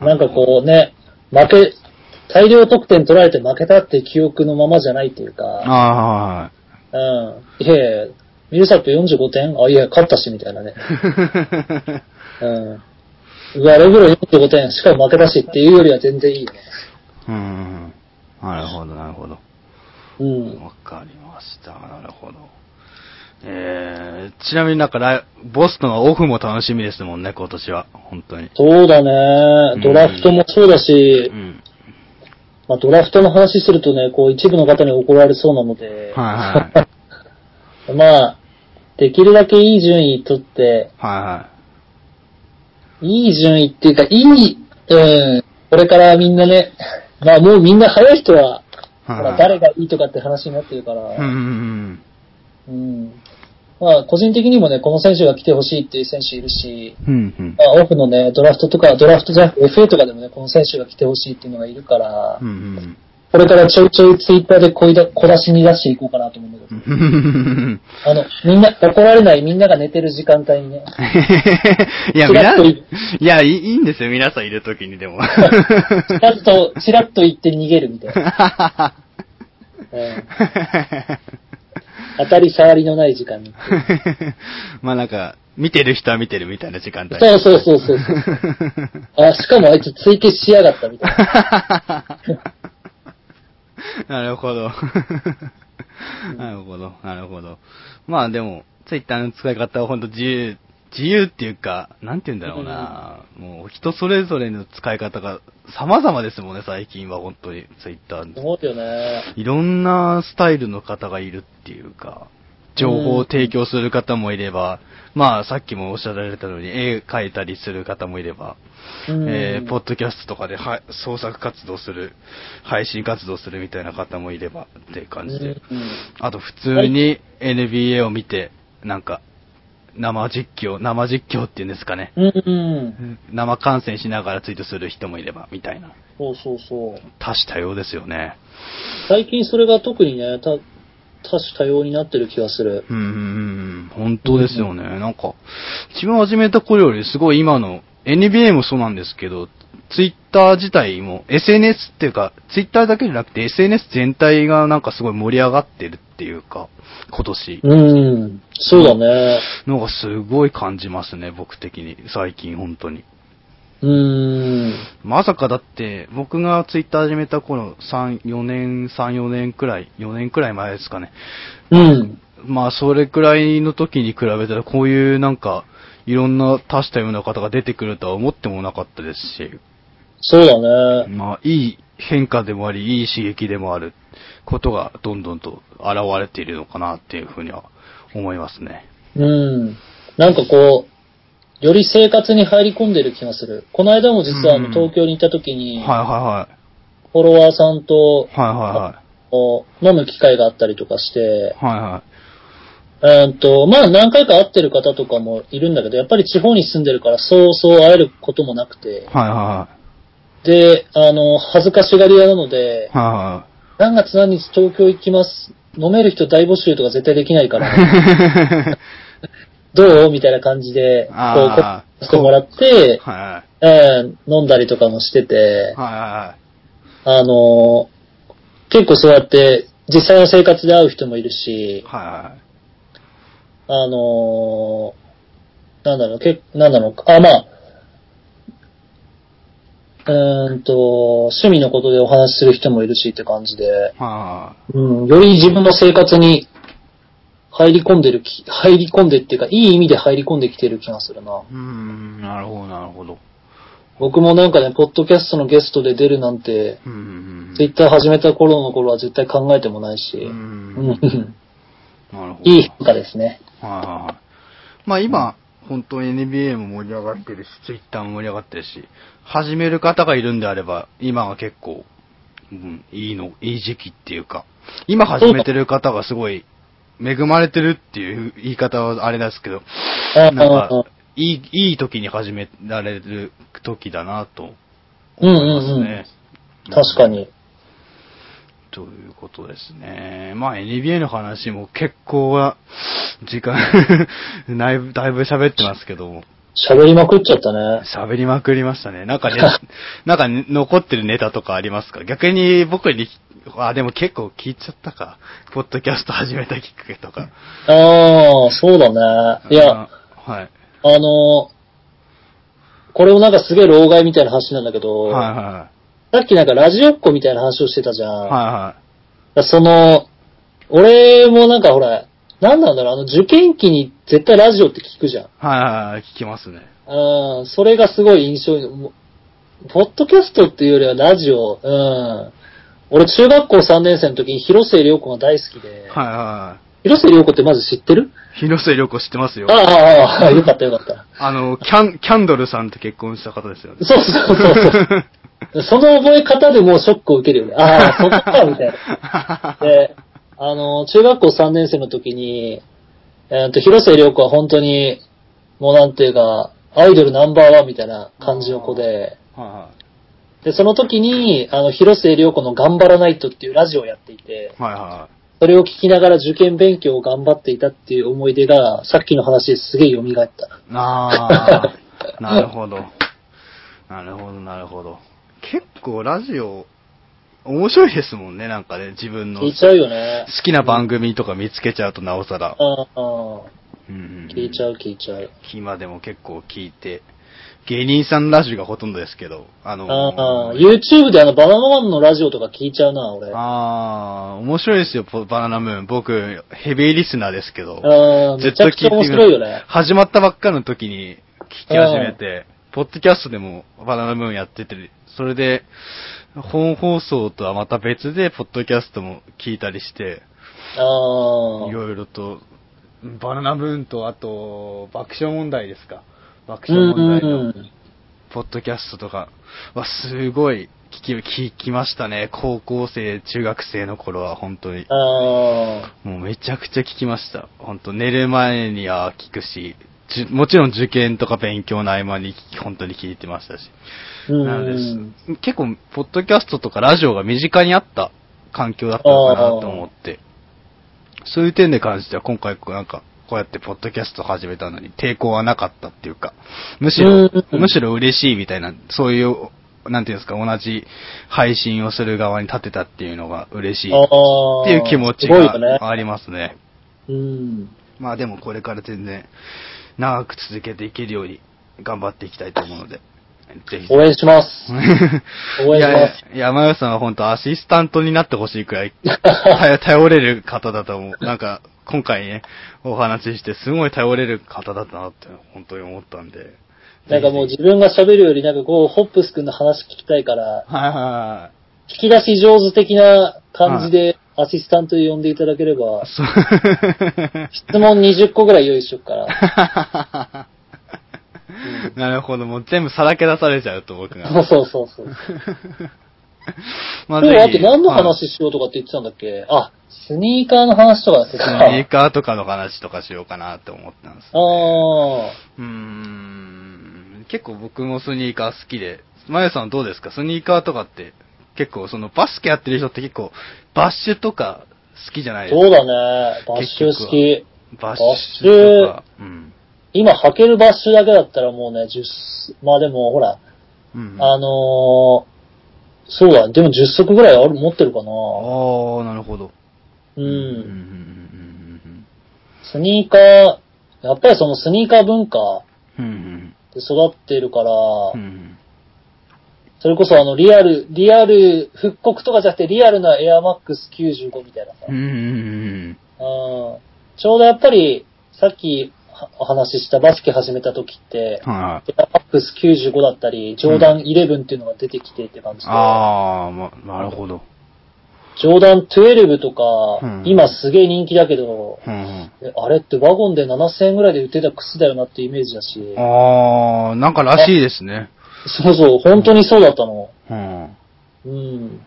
うん。
なんかこうね、負け、大量得点取られて負けたっていう記憶のままじゃないというか、
あ
うん。いやいや、ミルサップ45点あ、いや、勝ったし、みたいなね。
あ、はいはい。
うん。うわ、レブロン45点、しかも負けたしっていうよりは全然いいよね。
うんうんうん。なるほど、なるほど。
うん。
わかりました。なるほど。えー、ちなみになんか来、ボストンはオフも楽しみですもんね、今年は。本当に。
そうだね。ドラフトもそうだし
う、ん。
まあ、ドラフトの話するとね、こう一部の方に怒られそうなので、
はいはい。
まあ、できるだけいい順位取って、
はいはい
い順位っていうか、いい、うん、これからみんなね、 まあもうみんな早い人は、ほ
はいはい。
ら誰がいいとかって話になってるか
うんう
ら、
んうん
うん。まあ個人的にもね、この選手が来てほしいっていう選手いるし、
うん。うんうん。
まあオフのね、ドラフトとか、ドラフトじゃなくて FA とかでもね、この選手が来てほしいっていうのがいるから
う、ん
これからちょいちょいツイッターで小いだ小出しに出していこうかなと思うんだけど
う、んうん。
あの、みんな、怒られないみんなが寝てる時間帯にね、
いや、みな、
ちらっと
いや、いいいいんですよ、皆さんいるときにで も。
チラッと、チラッと行って逃げるみたい な。うん当たり障りのない時間に。
まあなんか、見てる人は見てるみたいな時間帯。
そうそうそ うそうそう。あ、しかもあいつ追記しやがったみたいな。
なるほど。なるほど、なるほど。まあでも、ツイッターの使い方は本当自由、自由っていうか、なんて言うんだろうな、もう人それぞれの使い方が様々ですもんね、最近は本当に、ツイッター。
思うよね。
いろんなスタイルの方がいるっていうか、情報を提供する方もいれば、まあさっきもおっしゃられたように、絵描いたりする方もいれば、
うん
えーポッドキャストとかでは創作活動する、配信活動するみたいな方もいればっていう感じで、
うん
あと普通に NBA を見て、なんか、生実況、生実況っていうんですかね。
うん。うん。
生観戦しながらツイートする人もいれば、みたいな。
そうそうそう。
多種多様ですよね。
最近それが特にね、た、多種多様になってる気がする。
うんうんうんうん、本当ですよね。なんか、自分始めた頃よりすごい今の、NBA もそうなんですけど、ツイッター自体も、SNS っていうか、ツイッターだけじゃなくて SNS 全体がなんかすごい盛り上がってるっていうか、今年。
うん。そうだね。
のがすごい感じますね、僕的に。最近、本当に。
うん。
まさかだって、僕がツイッター始めた頃、3、4年、3、4年くらい、4年くらい前ですかね。
うん。
まあ、それくらいの時に比べたら、こういうなんか、いろんな多種多様な方が出てくるとは思ってもなかったですし、
そうだね。
まあ、いい変化でもあり、いい刺激でもあることが、どんどんと現れているのかなっていうふうには思いますね。
うん。なんかこう、より生活に入り込んでる気がする。この間も実はあ
う
の
ん
東京にいた時に、
はい
フ
は
ォロワーさんと
いはい。はいは
こう飲む機会があったりとかして、
いはい。はいはい。
うんと、まあ何回か会ってる方とかもいるんだけど、やっぱり地方に住んでるからそうそう会えることもなくて、
はいは
で、あの、恥ずかしがり屋なので
い。、は
何月何日東京行きます。飲める人大募集とか絶対できないか
い
ら、
はい。
どうみたいな感じで、こう、
あー
してもらって、
は
えー飲んだりとかもしてて
い。はい、は
あのー結構そうやって、実際の生活で会う人もいる
い。
し、
は
あのーなんだろう、け、なんだろう、あ、まあ、うーんと、趣味のことでお話しする人もいるしって感じで、
い。は
うん、より自分の生活に入り込んでるき、入り込んでっていうか、いい意味で入り込んできてる気がするな。
い。うーん、なるほど、なるほど。
僕もなんかね、ポッドキャストのゲストで出るなんて、
うーん。
ツイッター始めた頃の頃は絶対考えてもないし、
うー。
うんん
なるほど。
いい変化ですね。
はいはいはい。まあ今、本当に NBA も盛り上がってるし、Twitter も盛り上がってるし、始める方がいるんであれば、今は結構、うん、いいの、いい時期っていうか、今始めてる方がすごい、恵まれてるっていう言い方はあれですけど、
あ
なん
あ
か、いい、いい時に始められる時だなと
うんうん
思います
うん
ね。。
確かに。
ということですね。まあ NBA の話も結構は、時間 だいぶ、だいぶ喋ってますけども、
喋りまくっちゃったね。
喋りまくりましたね。なんかね、 なんかね残ってるネタとかありますか逆に僕に、あ、でも結構聞いちゃったか。ポッドキャスト始めたきっかけとか。
ああ、そうだね。いや、あ
あ、はい。
の、これもなんかすげえ老害みたいな話なんだけど、
はいは
さっきなんかラジオっ子みたいな話をしてたじゃん。
い。は
その、俺もなんかほら、なんなんだろう、あの受験期に絶対ラジオって聞くじゃん。
いはい。はいはいはい。聞きますね。
うん、それがすごい印象に、もうポッドキャストっていうよりはラジオ、うん。俺中学校3年生の時に広末涼子が大好きで、
はいはいは
広末涼子ってまず知ってる
い。広末涼子知ってますよ
あ。あああ、よかったよかった。
あの、キャン、キャンドルさんと結婚した方ですよね。
そうそうそうそう。その覚え方でもうショックを受けるよね。ああ、そっか、みたいな。で、あの、中学校3年生の時に、えーと、広末涼子は本当に、もうなんていうか、アイドルナンバーワンみたいな感じの子で、
は
で、その時に、あの、広末涼子の頑張らないとっていうラジオをやっていて、
いはい。はいは
それを聞きながら受験勉強を頑張っていたっていう思い出が、さっきの話ですげえ蘇った。
い。あ あ、なるほど。なるほど、なるほど。結構ラジオ、面白いですもんね、なんかね、自分の
聞い
好
ちゃうよね。
きな番組とか見つけちゃうとなおさら。
ああ、
うんうんうん
聞いちゃう聞いちゃう。
今でも結構聞いて、芸人さんラジオがほとんどですけど、あの、
ああ、YouTube であの、バナナマンのラジオとか聞いちゃうな、俺。
あー
あ
面白いですよ、ポバナナムーン。僕、ヘビーリスナーですけど。
あ、めちゃくちゃ面白いよね。
始まったばっかの時に聞き始めて、ポッドキャストでもバナナムーンやってて、それで、本放送とはまた別で、ポッドキャストも聞いたりして、い
ああ。
ろいろと、バナナムーンと、あと、爆笑問題ですか。爆笑問題の、
ん。
ポッドキャストとかは、すごい聞き、聞きましたね。高校生、中学生の頃は、本当に。
あ
もうめちゃくちゃ聞きました。ほんと、寝る前には聞くし、じゅもちろん受験とか勉強の合間に聞き本当に聞いてましたし。
あ。うん。
なので、結構、ポッドキャストとかラジオが身近にあった環境だったのかなと思って、そういう点で関しては今回、こうなんか、こうやってポッドキャスト始めたのに抵抗はなかったっていうか、むしろ
う、ん
むしろ嬉しいみたいな、そういう、なんていうんですか、同じ配信をする側に立てたっていうのが嬉しい
ああ。
っていう気持ち
すごいよね。
がありますね。
うん。
まあでもこれから全然長く続けていけるように頑張っていきたいと思うので、ぜひ。
応援します。応援します
いやいや山吉さんは本当アシスタントになってほしいくら い、頼頼れる方だと思う。なんか、今回ね、お話しして、すごい頼れる方だったなって、本当に思ったんで。
なんかもう
ぜ
自分が喋るよりなんかこう、ホップス君の話聞きたいから、
ひ、はいはいはい。
聞き出し上手的な感じでアシスタントで呼んでいただければ、
そう
質問20個ぐらい用意しとくから。
なるほど、もう全部さらけ出されちゃうと僕が。
そうそうそうそう。
ま
今日あ
ぜ
と
ひ
何の
はい
話しようとかって言ってたんだっけあ、スニーカーの話とかで す
ス
か。
ニーカーとかの話とかしようかなって思ったんですよね、
あ
うーん。結構僕もスニーカー好きで、まゆさんどうですかスニーカーとかって、結構そのバスケやってる人って結構バッシュとか好きじゃないで
あ、そう
す
だね。バッシュ好き。
かバッシ
バッシ
ュ
ュ
とか。うん。
今履けるバッシュだけだったらもうね、10、まあでもほら、
うん、
あのーそうだ、でも10足ぐらいある持ってるかな。
ああ、なるほど。う
う。
んん
スニーカー、やっぱりそのスニーカー文化
うんうんうんうん。うん
で育っているから、
うんうん。
それこそあのリアル、リアル、復刻とかじゃなくてリアルなエアマックス95みたいなさ。
うんうん
うんちょうどやっぱり、さっきはお話ししたバスケ始めた時って
うん。、はい。
エアマックス95だったり、ジョーダン11っていうのが出てきてって感じで、
ああ、ま、なるほど。
ジョーダン12とか、
うん
今すげえ人気だけど、
うんうん。
えあれってワゴンで7000円ぐらいで売ってた靴だよなってイメージだし、
ああ、なんからしいですね。
そうそう、本当にそうだったの。
うん。
うん。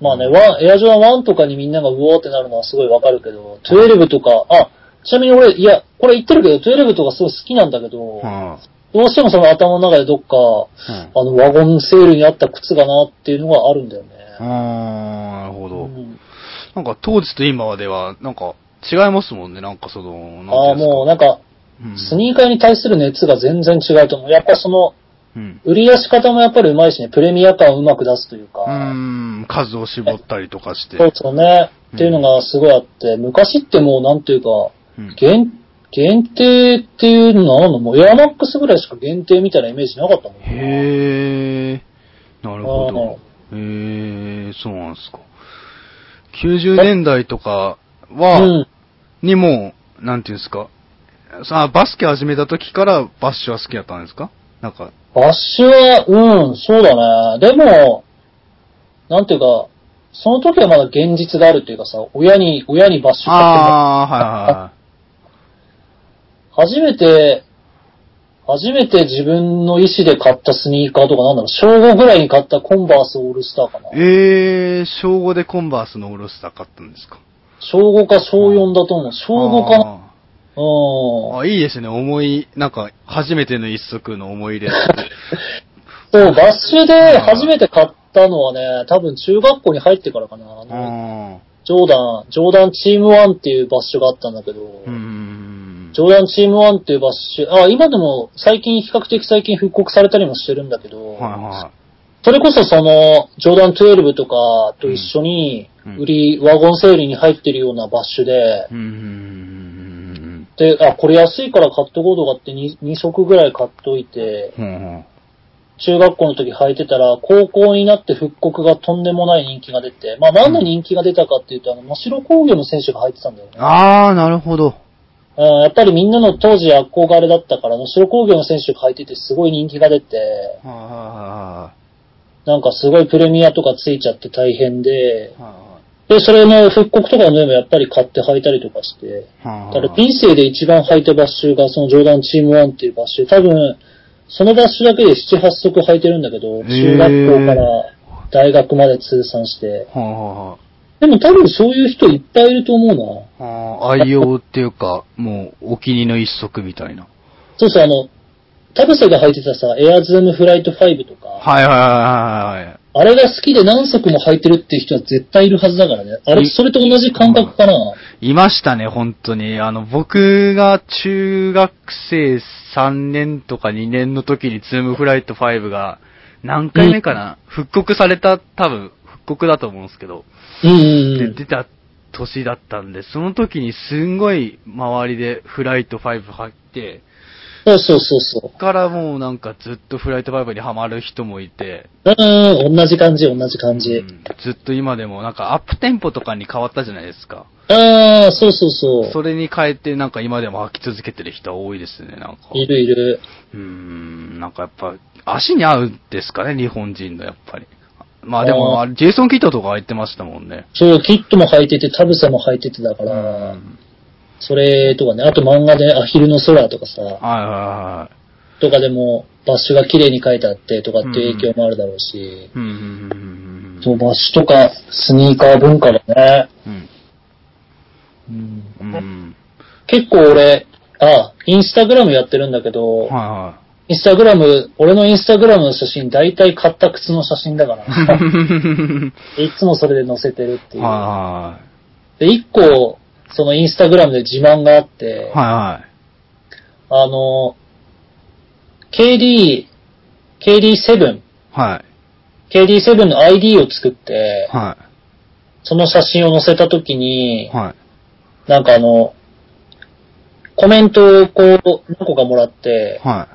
まあね、ワンエアジョーダン1とかにみんながうおーってなるのはすごいわかるけど、12とか、あ、ちなみに俺、いや、これ言ってるけど、12とかすごい好きなんだけど、
うん。
どうしてもその頭の中でどっか、
うん
あの、ワゴンセールにあった靴がなっていうのがあるんだよね。
ああ、なるほ
う
ど。
ん
なんか当時と今では、なんか違いますもんね、なんかその、な
ああ、
んてい
も
う
うん
ですか
なんか、
うん
スニーカーに対する熱が全然違うと思う。やっぱその、
うん。
売り出し方もやっぱりうまいしね、プレミア感をうまく出すというか、
うん、数を絞ったりとかして。
そうそうね、
うん
っていうのがすごいあって、昔ってもうなんていうか、
うん
限、限定っていうのはあんのもうエアマックスぐらいしか限定みたいなイメージなかったもんね。
へえ、なるほど。へえ、そうなんですか。90年代とかは、
うん。
にもう、なんていうんですか。さあ、バスケ始めた時からバッシュは好きだったんですかなんか、
バッシュは、うん、そうだね。でも、なんていうか、その時はまだ現実があるっていうかさ、親に、親にバッシュ買ってもらっ
ああ、
初めて、初めて自分の意思で買ったスニーカーとかなんだろう、小5ぐらいに買ったコンバースオールスターかな
はいはいはい。。ええ、小5でコンバースのおろしたかったんですか
小5か小4だと思う。小5かな
あー
うん。
あ、いいですね。思い、なんか、初めての一足の思い 入れ。
そう、バッシュで初めて買ったのはね、多分中学校に入ってからかな。あの
あ
ジョーダン、ジョーダンチーム1っていうバッシュがあったんだけど、
ーうん。
ジョーダンチーム1っていうバッシュ、あ、今でも最近、比較的最近復刻されたりもしてるんだけど、
はいは
それこそその、ジョーダン12とかと一緒に
うん、
売り、ワゴンセールに入ってるようなバッシュで
い。、うん。
で、あ、これ安いから買っとこうとかって 2, 足ぐらい買っといて、
うん。
中学校の時履いてたら、高校になって復刻がとんでもない人気が出て、まあ何の人気が出たかっていうと、あの、能代工業の選手が履いてたんだよね。
あー、なるほど。
うん、やっぱりみんなの当時憧れだったから、能代工業の選手が履いててすごい人気が出て、
は
なんかすごいプレミアとかついちゃって大変で
いはい、は
で、それも復刻とかの上もやっぱり買って履いたりとかして、
いはい。
だから人生で一番履いたバッシュがそのジョーダンチーム1っていうバッシュ。多分、そのバッシュだけで7、8足履いてるんだけど、
へー
中学校から大学まで通算して。
はあは
でも多分そういう人いっぱいいると思うな。
あはああー愛用っていうか、もう、お気に入りの一足みたいな。
そうそう、あの、田臥が履いてたさ、エアズームフライト5とか、
はいはいはいはい
あれが好きで何足も履いてるっていう人は絶対いるはずだからね。あ
い
れ、それと同じ感覚かな。
いましたね、本当に。あの、僕が中学生3年とか2年の時にズームフライト5が何回目かな、復刻された、多分、復刻だと思うんですけど、
うんうん
で、
う
出た年だったんで、その時にすんごい周りでフライト5入って、
ん。そうそうそうそう
そっ。からもうなんかずっとフライト5にハマる人もいて、
うんうん、同じ感じ、同じ感じ。
うんずっと今でもなんかアップテンポとかに変わったじゃないですか。
ああ、そうそうそう。
それに変えてなんか今でも履き続けてる人は多いですね、なんか。
いるいる。
うーん、なんかやっぱ、足に合うんですかね、日本人のやっぱり。まあでも、
あ
あれジェイソン・キッドとか入ってましたもんね。
そう、キットも履いてて、タブサも履いててだか
う
ら、
ん。
それとかね、あと漫画でアヒルの空とかさ、
はいは
とかでも、バッシュが綺麗に書いてあってとかっていう影響もあるだろうし
いはい。、うんうんうんうん
そう、バッシュとかスニーカー文化だね。
うん。うん。うん。
結構俺、あ、インスタグラムやってるんだけど、
は
インスタグラム、俺のインスタグラムの写真、大体買った靴の写真だか
い はい。
ら、いつもそれで載せてるっていう。
は
で、一個、そのインスタグラムで自慢があって、
いはい。は
あの、KD、
い
KD7、
はい。はい。
KD7 の ID を作って、
は
その写真を載せたとき
い。
に、
はい。
なんかあの、コメントをこう、何個かもらって、
は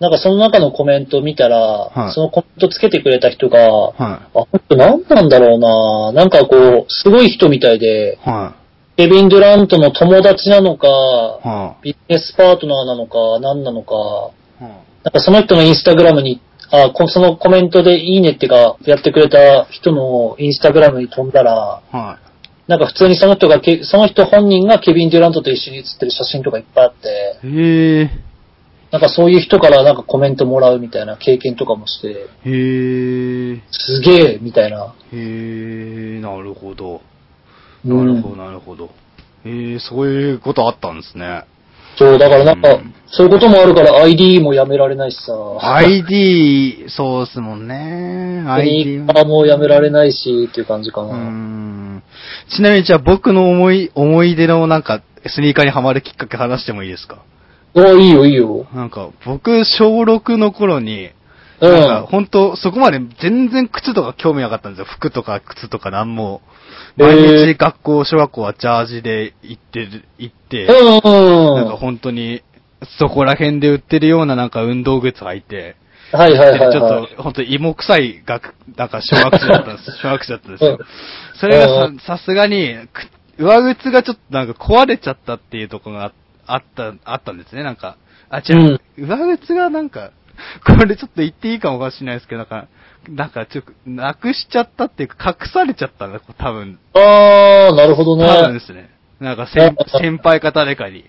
なんかその中のコメントを見たら、
い
そのコメントつけてくれた人が、
い。は
あ、ほんと何なんだろうななんかこう、すごい人みたいで、
い。は
ケビン・デュラントの友達なのか、
い。は
ビジネスパートナーなのか、何なのか、
い。
なんかその人のインスタグラムに、あ、こそのコメントでいいねってか、やってくれた人のインスタグラムに飛んだら、
は
なんか普通にその人がけ、その人本人がケビン・デュラントと一緒に写ってる写真とかいっぱいあって、
い。へえ。
なんかそういう人からなんかコメントもらうみたいな経験とかもして、
へえ。
すげえみたいな。
へえ、なるほど。
う
なんるほど、なるほど。えー、そういうことあったんですね。
そう、だからなん
う
か
ん、
そういうこともあるから ID もやめられないしさ、
ID、そうっすもんね。
スニ
ID
ーカーもやめられないし、っていう感じか
う
な。
ん。ちなみにじゃあ僕の思い、思い出のなんか、スニーカーにはまるきっかけ話してもいいですか
あ、いいよ、いいよ。
なんか、僕、小6の頃に、
うん。
なんか、本当そこまで全然靴とか興味なかったんですよ。服とか靴とかなんも。
へ
毎
ー
日学校、小学校はジャージで行ってる、行って。
うん。
なんか本当に、そこら辺で売ってるようななんか運動靴履いて、
はいはいはい、はい。
ちょっと本当に芋臭い学、なんか小学生だったんです。小学生だったんですよ
うん。
それ
う
が
ん
さ、さすがに、く上靴がちょっとなんか壊れちゃったっていうところがああった、あったんですね、なんか。あ、違う、上靴がなんか、これちょっと言っていいかもしれないですけど、なんか、なんかちょっと、なくしちゃったっていうか、隠されちゃったんだ、多分。
あー、なるほどね。
多分
は
で
い
すね。なんか先、先輩か誰かに。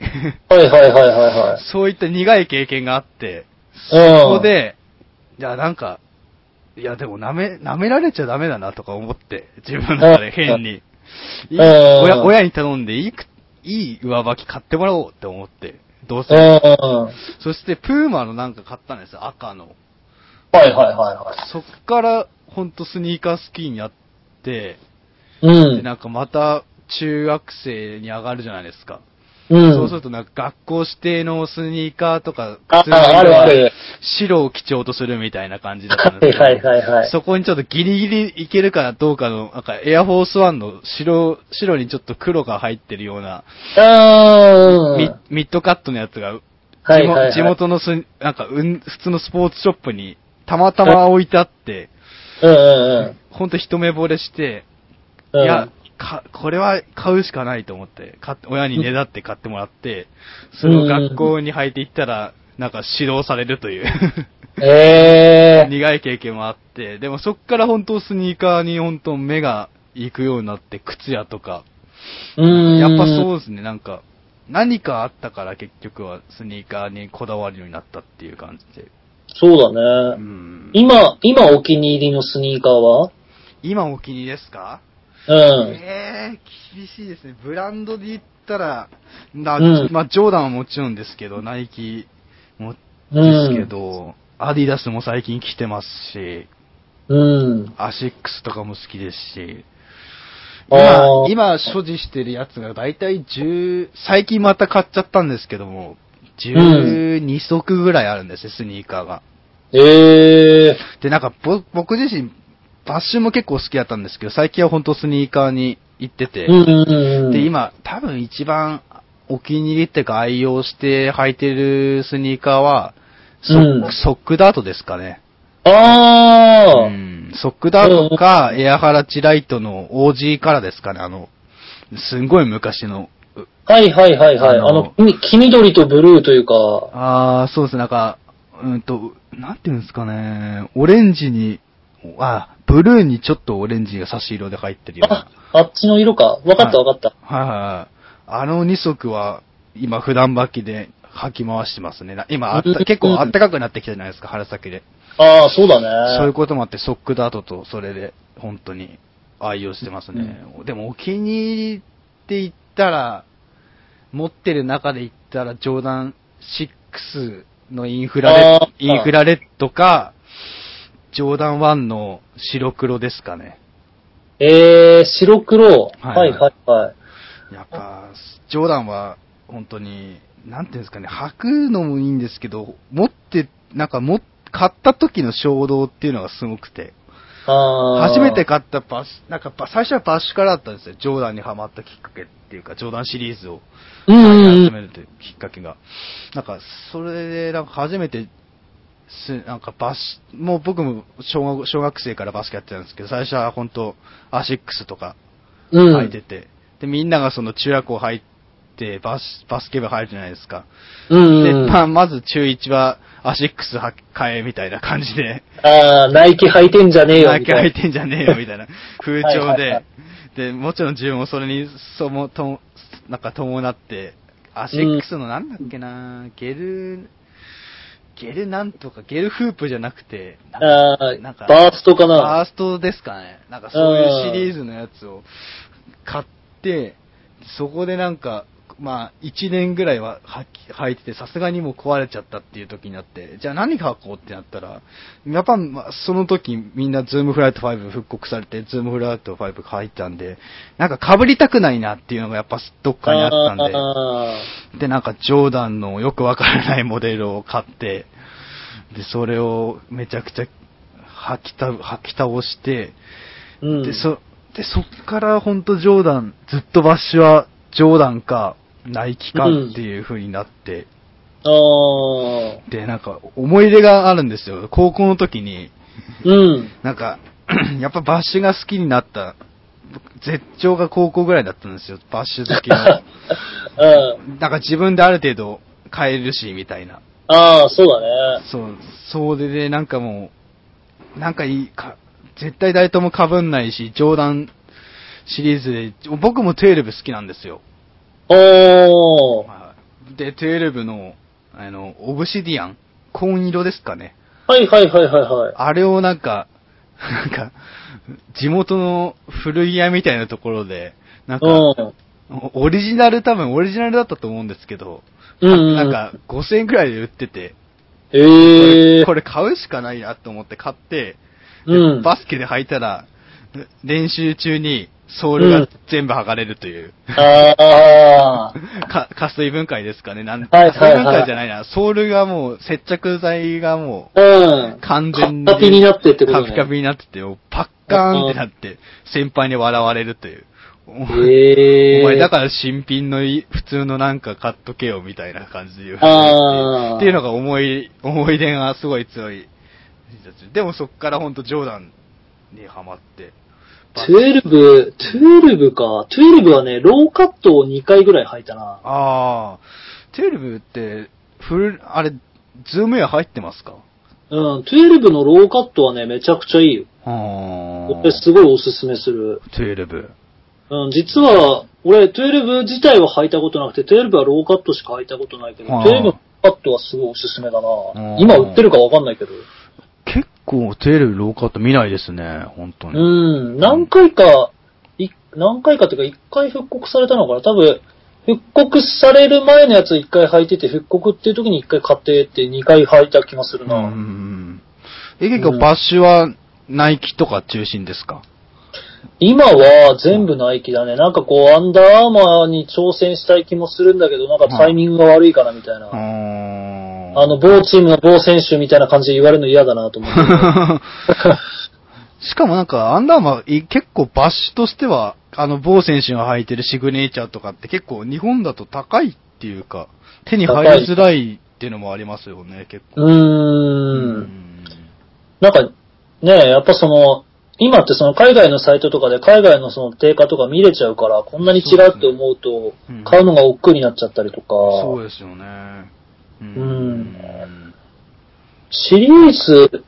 はいはいはいは
そういった苦い経験があって、
い。うん。
そこで、いや、なんか、いや、でも、舐め、舐められちゃダメだなとか思って、自分の中で変に。
うん
い親、親に頼んで、いいく、いい上履き買ってもらおうって思って、どう
う
せ。
ん。は
そして、プーマのなんか買ったんですよ、赤の。
いはいはいは
そっから、ほんとスニーカースキーになって、
い。う
で、
ん。
なんかまた、中学生に上がるじゃないですか。
うん。
そうすると、なんか学校指定のスニーカーとか、
あ
靴の色が
あ、あるある。
白を基調とするみたいな感じだったん
は
です
い
けど、
はいはいはい。
そこにちょっとギリギリいけるかどうかの、なんかエアフォースワンの白、白にちょっと黒が入ってるような、
うん。
ミミッドカットのやつが、地,、
はいはいはい。
地元のす、なんか、うん、普通のスポーツショップにたまたま置いてあって、
うんうん
ほんと一目惚れして、
うん。
いや、か、これは買うしかないと思って、買って親にねだって買ってもらって、それを学校に履いていったら、なんか指導されるという、
ええ
苦い経験もあって、でもそっから本当スニーカーに本当目が行くようになって、靴屋とか、
ー。うん。
やっぱそうですね、なんか、何かあったから結局はスニーカーにこだわるようになったっていう感じで。
そう
う
だね。
ん、
今、今お気に入りのスニーカーは
今お気に入りですか
うん。
ええ厳しいですね。ブランドで言ったら、な
うん
まあ、ジョーダンはもちろんですけど、ナイキもですけ
う
ど、アディダスも最近着てますし、
ん。うん。
アシックスとかも好きですし、
あ
今
ー、
今所持してるやつがだいたい10、最近また買っちゃったんですけども、12足ぐらいあるんですよ、スニーカーが。
ええ
で、なんかぼ僕自身、バッシュも結構好きだったんですけど、最近は本当スニーカーに行ってて、
ー。うんうんうん。
で、、今、多分一番お気に入りっていうか愛用して履いてるスニーカーは、ソッ,、
うん
ソックダートですかね。
ああ、
うん。ソックダートか、エアハラチライトの OG からですかね。あの、すんごい昔の。
はいはいはいはい。
あ
あ
の
の、黄黄緑とブルーというか、
あー、そうです。なんか、うんと、なんていうんですかね。オレンジに、あ、ブルーにちょっとオレンジが差し色で入ってるよう
あ
な。、
あっちの色か。わかった
はい
わかった。
はいはいはい。あの2足は、今、普段履きで履き回してますね。な今あった、結構暖かくなってきたじゃないですか、春先で。
ああ、そうだ
そういう
ね。
こともあって、ソックダートと、それで、本当に、愛用してますね。でも、お気に入りって言ったら、持ってる中で言ったら、ジョーダン6のインフラレ
あー
インフラレッドか、ジョーダン1の白黒ですかね。
えー、白黒。
は
はいいはいはい。
やっぱ、ジョーダンは、本当に、なんていうんですかね、履くのもいいんですけど、持って、なんかも、買った時の衝動っていうのがすごくて、
あー
初めて。買ったバッシュ、なんかバ最初はバッシュからだったんですよ。ジョーダンにハマったきっかけっていうか、ジョーダンシリーズを
うんうんう
集
ん。
めるというきっかけが。なんか、それで、なんか初めて、すなんかバッシュ、もう僕も小学小学生からバスケやってたんですけど、最初は本当アシックスとか、
うん。
履いてて、で、みんながその中学校入って、バス、バスケ部入るじゃないですか。
うん
で、
うん。
ま
あ
あ、まず中1はアシックスは買えみたいな感じで、
あー、ナイキ履いてんじゃねえよ。
ナイ
み
キ
たい
履
ない
てんじゃねえよみ たいな風潮
はいはいは
で
い、
で、もちろん自分もそれに、そも、とも、なんか伴って、アシックスのなんだっけなゲル、ゲルなんとか、ゲルフープじゃなくて、なんか
あ
なんか
あ、バーストか
バー
な。
ストですかね。なんかそういうシリーズのやつを買って、そこでなんか、まあ、1年ぐらいは履き履いてて、さすがにもう壊れちゃったっていう時になって、じゃあ何履こうってなったら、やっぱ、まあ、その時みんなズームフライト5復刻されて、ズームフライト5履いてたんで、なんか被りたくないなっていうのがやっぱどっかにあったんで、
あ
で、なんか、ジョーダンのよくわからないモデルを買って、で、それをめちゃくちゃ履きた、履き倒して、
ーうん。
で、そ、で、そっからほんとジョーダン、ずっとバッシュはジョーダンか、ナイキかっていう風になって、
ああ、
で、なんか、思い出があるんですよ。高校の時に、
うん。
なんか、 やっぱバッシュが好きになった、絶頂が高校ぐらいだったんですよ。バッシュ好 きの。
うん。
なんか自分である程度買えるし、みたいな。
ああ、そうだね。
そう、そうでで、なんかもう、なんかいいか、絶対誰とも被んないし、冗談シリーズで、僕も12好きなんですよ。
おー。
はいで、12の、あの、オブシディアン、紺色ですかね。
はいはいはいはいはい。
あれをなんか、なんか、地元の古着屋みたいなところで、なんか、
うん。
オリジナル、多分オリジナルだったと思うんですけど、
うんうんうん
なんか5000円くらいで売ってて、
ええー。
これ買うしかないなと思って買って、
うん。
バスケで履いたら、練習中にソールが全部剥がれると いう、
ああ。
か、 加水分解ですかね。なん
はいはいはい
加水分解じゃないな。ソールがもう、接着剤がも
うん
う、。完全に。
カピカピになってってこと
カ
ね
ピカピになってて、パッカーンってなって、先輩に笑われるという。お前、
ええー。
お前だから新品のい普通のなんか買っとけよみたいな感じで言われて
あー
っていうのが思い、思い出がすごい強い人たち。でもそっからほんとジョーダンにハマって。
12、12か。12はね、ローカットを2回ぐらい履いたな。
あー、12って、フル、あれ、ズームエア入ってますか
うん、12のローカットはね、めちゃくちゃいいよ。
あー
俺すごいおすすめする。
12。
うん、実は、俺、12自体は履いたことなくて、12はローカットしか履いたことないけど、
ああ
12のカットはすごいおすすめだ
あ
な
あ。
今売ってるかわかんないけど。
結構12ローカット見ないですね、本当に。
うん、何回か、い何回かというか、一回復刻されたのかな多分、復刻される前のやつ一回履いてて、復刻っていう時に一回買ってって二回履いた気がするな。
ん。え、結構バッシュはナイキとか中心ですか
今は全部ナイキだね。なんかこう、アンダーアーマーに挑戦したい気もするんだけど、なんかタイミングが悪いかなみたいな。
あ
あの、某チームの某選手みたいな感じで言われるの嫌だなと思って。
しかもなんか、アンダーマン、い結構バッシュとしては、あの、某選手が履いてるシグネチャーとかって結構日本だと高いっていうか、手に入りづらいっていうのもありますよね、結構。
うーん。なんか、ねやっぱその、今ってその海外のサイトとかで海外のその定価とか見れちゃうから、こんなに違うって思うと
うん、
買うのが億劫になっちゃったりとか、
そうですよね。う
うんシリーズ、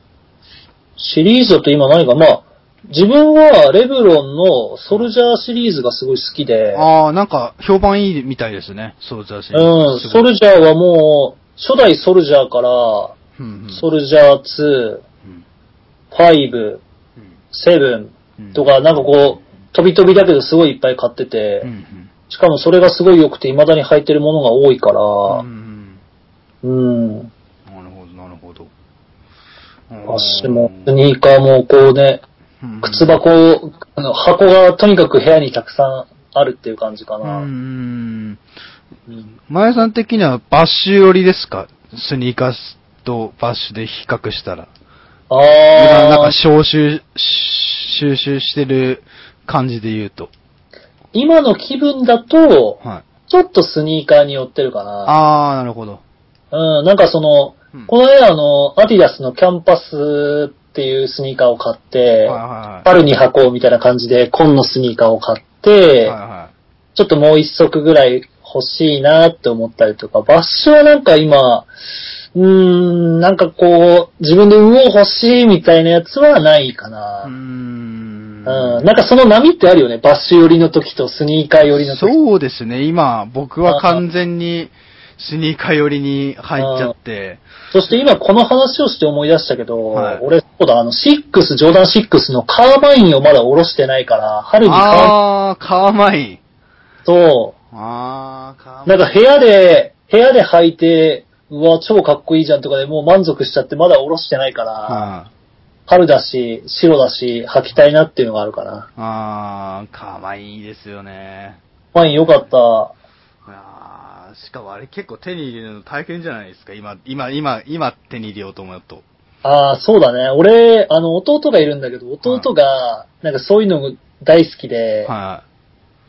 シリーズだと今何か、まあ、自分はレブロンのソルジャーシリーズがすごい好きで、
ああ、なんか、評判いいみたいですね、そうじゃし。
うん、ソルジャーはもう、初代ソルジャーから、
うんうん
ソルジャー2、
うん
5、7
うん
とか、なんかこう、飛び飛びだけどすごいいっぱい買ってて、
うんうん
しかもそれがすごい良くて、未だに履いてるものが多いか
うんう
ら、
ん
うん。うん、
なるほど、なるほど。
足も、スニーカーも、こうね、
うん
靴箱、あの箱がとにかく部屋にたくさんあるっていう感じか
う
な。
ん。
うん
前さん的にはバッシュ寄りですかスニーカーとバッシュで比較したら。今なん
あ
か
ー
消臭、収集してる感じで言うと。
今の気分だと、
はい。
ちょっとスニーカーに寄ってるかな。
あー、なるほど。
うん、なんかその、
うん
このね、あの、アディダスのキャンパスっていうスニーカーを買っ
は
て、
いは
春に履こうみたいな感じで、紺のスニーカーを買って、
いはい。はいは
ちょっともう一足ぐらい欲しいなって思ったりとか、場所はなんか今、うーん、なんかこう、自分で運を欲しいみたいなやつはないか
い。うー
な。うんん、。なんかその波ってあるよね。バッシュ寄りの時とスニーカー寄りの時。
そうですね、今、僕は完全にスニーカー寄りに入っちゃって、
そして今この話をして思い出したけど、
はい
俺、そうだ、あの、6、ジョーダン6のカーバインをまだ下ろしてないから、春に買う
あー、カーマイン。
と、
あー、カーマイ
な
ン。
んか部屋で、部屋で履いて、うわ、超かっこいいじゃんとかでもう満足しちゃってまだ下ろしてないから、
はい
春だし、白だし、履きたいなっていうのがあるかな。
あー、カーマインいいですよね。
ファインよかった。
あーしかもあれ結構手に入れるの大変じゃないですか、今、今、今、今手に入れようと思うと。
ああ、そうだね。俺、あの、弟がいるんだけど、弟が、なんかそういうの大好きで、
は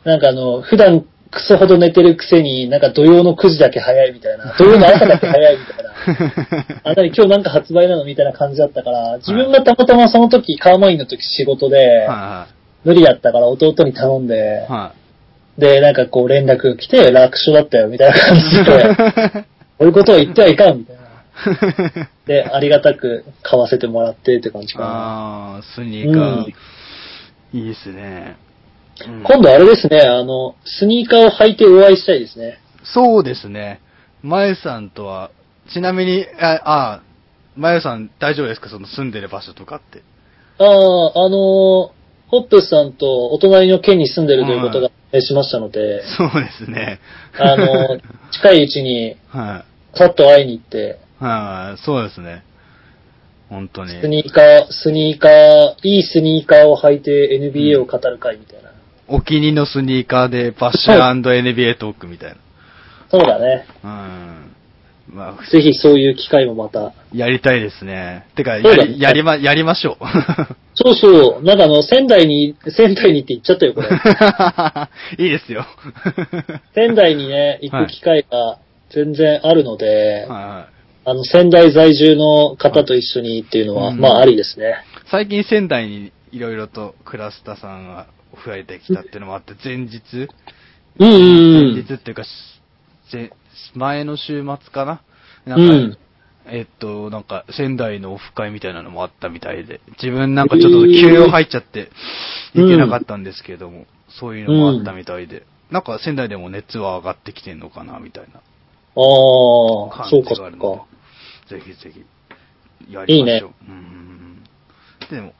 なんかあの、普段クソほど寝てるくせに、なんか土曜の9時だけ早いみたいな、土曜の朝だけ早い みたいな。
い。
あ、なに今日なんか発売なのみたいな感じだったから、自分がたまたまその時、カーマインの時仕事で、
は
無理だったから弟に頼ん
い
で、
は
で、なんかこう連絡来て、楽勝だったよみたいな感 じで、こういうことを言ってはいかんみたいな。
い。
で、ありがたく買わせてもらってって感じかな。
あー、スニーカー
う、
いいですね。うん
今度あれですね、あの、スニーカーを履いてお会いしたいですね。
そうですね。まゆさんとは、ちなみに、あ、あ、まゆさん大丈夫ですかその住んでる場所とかって。
ああ、あのホップさんとお隣の県に住んでるということが
うん
判明しましたので、
そうですね。
あの近いうちに、
はい。
さっと会いに行って、
はい、そうですね。本当に。
スニーカー、スニーカー、いいスニーカーを履いて NBA を語る会みたいな。
お気に入りのスニーカーでバッシュ &NBA トークみたい
そうだね。
な。うん。まあ、
ぜひそういう機会もまた。
やりたいですね。てか、
そうだ
や
ね
り、やりま、やりましょう。
そうそう、なんかあの、仙台に、仙台にって言っちゃったよ、これ。
いいですよ。
仙台にね、行く機会が全然あるので、
は
あの、仙台在住の方と一緒にっていうのは、
うん
まあ、ありですね。
最近仙台にいろいろとクラスターさんが増えてきたっていうのもあって、前日、
うんう
前
ん
日っていうか、し前前の週末かな
う。
なんんか、
うん。
えっと、なんか、仙台のオフ会みたいなのもあったみたいで、自分なんかちょっと急用入っちゃって、
うん
行けなかったんですけども、そういうのもあったみたいで、なんか仙台でも熱は上がってきてんのかな、みたいな
ああ、そ
感
うか、
じ
そ
があ
う
る
か
の。で、ぜひぜひ、やりましょう。
いいね
うんうんうんでも、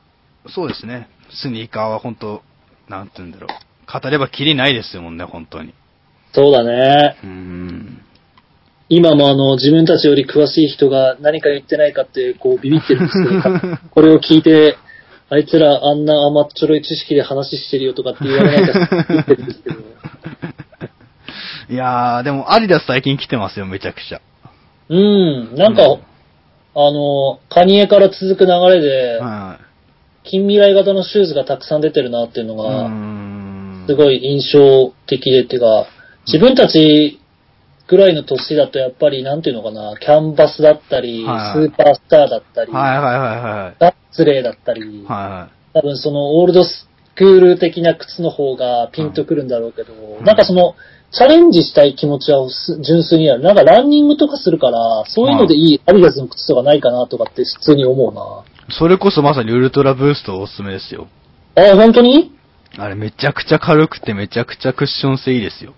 そうですね、スニーカーは本当なんて言うんだろう、語ればきりないですもんね、本当に。
そうだね。
うんうん。
今もあの、自分たちより詳しい人が何か言ってないかって、こう、ビビってるんですけ どか、これを聞いて、あいつらあんな甘っちょろい知識で話してるよとかって言われないか言ってるんですけど。
いやー、でも、アディダス最近来てますよ、めちゃくちゃ。
うん、なんか、
うん
あの、カニエから続く流れで、
はい。
近未来型のシューズがたくさん出てるなっていうの
うー
が、
ん
すごい印象的でっていうか、自分たちぐらいの年だとやっぱり、なんていうのかな、キャンバスだったり、ス
はい
ーパースターだったり、
はいはいはいはい。
ガッツレーだったり、
は
多分そのオールドスクール的な靴の方がピンとくるんだろうけど、
ん
なんかその、チャレンジしたい気持ちはす純粋にある。なんかランニングとかするから、そういうのでいいアディダスの靴とかないかなとかって普通に思うな。
い。それこそまさにウルトラブーストおすすめですよ。
あ、本当に
あれめちゃくちゃ軽くてめちゃくちゃクッション性いいですよ。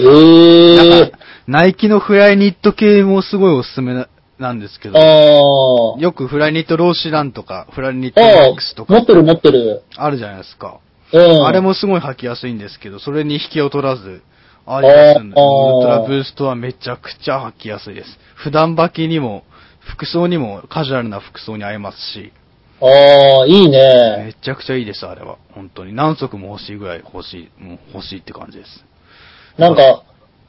え
なん
え
か、ナイキのフライニット系もすごいおすすめななんですけ
ー。
ど、
あー
よくフライニットローシランとか、フライニット
あ
マ
ー
ックスと
持
か
ってる持ってる。
あるじゃないですか。
うん。
あれ。もすごい履きやすいんですけど、それに引きを取らず、アディダスのウルトラブーストはめちゃくちゃ履きやすいです。普段履きにも、服装にもカジュアルな服装に合いますし、
ああ、いいね。
めちゃくちゃいいです、あれは。本当に。何足も欲しいぐらい欲しい、もう欲しいって感じです。
なんか、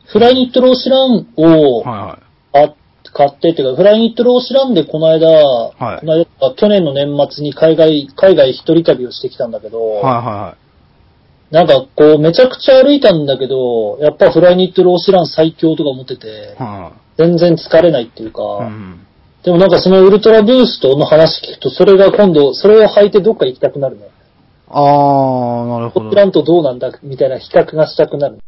フライニットローシランを、
は
あ買ってっていうか、フライニットローシランでこの間、
い
この間とか去年の年末に海外、海外一人旅をしてきたんだけど、
いはい。はいはいはい。
なんかこう、めちゃくちゃ歩いたんだけど、やっぱフライニットローシラン最強とか思ってて、
は
全然疲れないっていうか、
いはい。うん。
でもなんかそのウルトラブーストの話聞くと、それが今度、それを履いてどっか行きたくなるね。
あー、なる
ト
ほ
ッ
ど
プ。ランとどうなんだみたいな比較がしたくなる。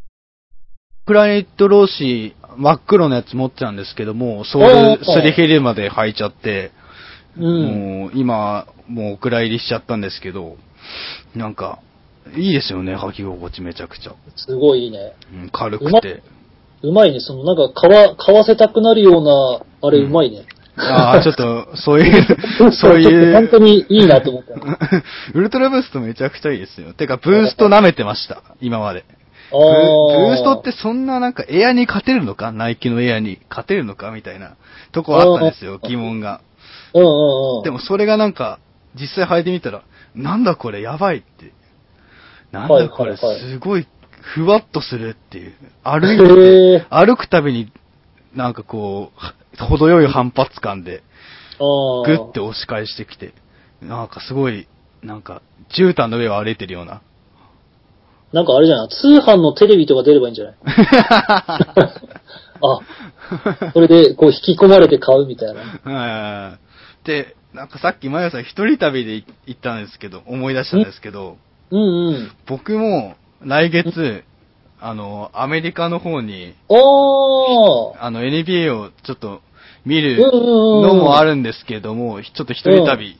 プラネットローシー、真っ黒のやつ持ってたんですけども、ソ
あ
ウ
ー
ルすり減るまで履いちゃって、
うん。
もう今、もうお蔵入りしちゃったんですけど、なんか、いいですよね、履き心地めちゃくちゃ。
すごいいいね。
うん、軽くて。
うまいね。そのなんか買わ、買わせたくなるような、あれうまいね。
あー、ちょっと、そう いう、そういう。
本当にいいなと思った。
ウルトラブーストめちゃくちゃいいですよ。てか、ブースト舐めてました、今まで。ブブーストってそんななんかエアに勝てるのかナイキのエアに勝てるのかみたいなとこあったんですよ、
あー
疑問が。
うんうんうん。
でもそれがなんか、実際履いてみたら、なんだこれやばいって。なん
はい
だ
は
こ
い
れ
はい
すごいふわっとするっていう。歩いて、
へぇ
歩くたびになんかこう、程よい反発感で、
ー。
グッて押し返してきて、なんかすごい、なんか、絨毯の上を歩いてるような。
なんかあれじゃない通販のテレビとか出ればいいんじゃないあ、それでこう引き込まれて買うみたいな。
うんで、なんかさっきマヤさん一人旅でい行ったんですけど、思い出したんですけど、
うんうん。
僕も来月、あの、アメリカの方に、
おー
あの、NBA をちょっと見る
うんうんうん
のもあるんですけども、ちょっと一人旅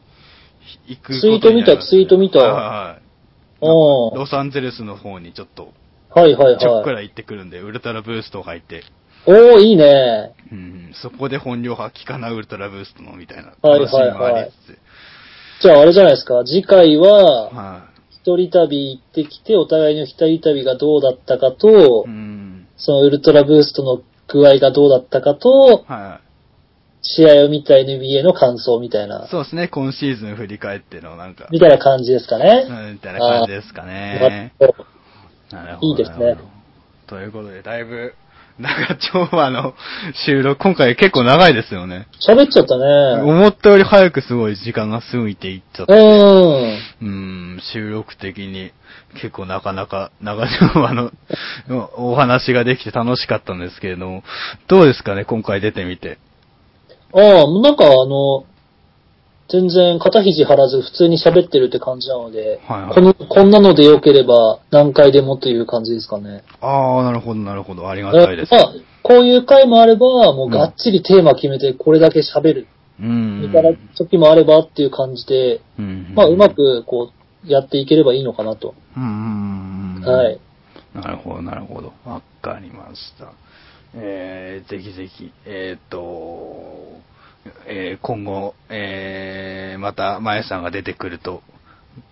行く
ツイー
こと
ト
に
見
なり
た、
まし
ツイート見た。
はいはいはい
おー
ロサンゼルスの方にちょっと、
はいはい
ちょっく
はい。
ら行ってくるんで、ウルトラブーストを履いて、
おー、いいね。
うん、そこで本領発揮かな、ウルトラブーストの、みたいな。
はい
楽しみもありつつ
じゃああれじゃないですか。次回は、
は
一人旅行ってきて、お互いの一人旅がどうだったかと
い。う、ん。
そのウルトラブーストの具合がどうだったかと、
は
試合を見た NBA の感想みたい
い。
な、
そうですね、今シーズン振り返っての、なんか、
みたいな感じですか
う
ね。
んみたいな感じですかね。
わかっ
なるほど。
いいですね
なるほど。ということで、だいぶ、長丁場の収録、今回結構長いですよね。
た喋っちゃったね。
思ったより早くすごい時間が過ぎていっちゃっ
う
た。
ん。
うん、収録的に結構なかなか長丁場の おお話ができて楽しかったんですけれども、どうですかね、今回出てみて。
ああ、なんかあの、全然肩肘張らず普通に喋ってるって感じなので、
はいはい
このこんなので良ければ何回でもという感じですかね。
ああ、なるほど、なるほど。ありがたいです
ま。あ、こういう回もあれば、もうがっちりテーマ決めてこれだけ喋る。
うん。
みたいな時もあればっていう感じで、
うん
まあうま。くこうやっていければいいのかなと。
うんうんうん。
は。い。
なるほど、なるほど。わかりました。えー、ぜひぜひ、えーっと、えー、今後、えー、また、まやさんが出てくると、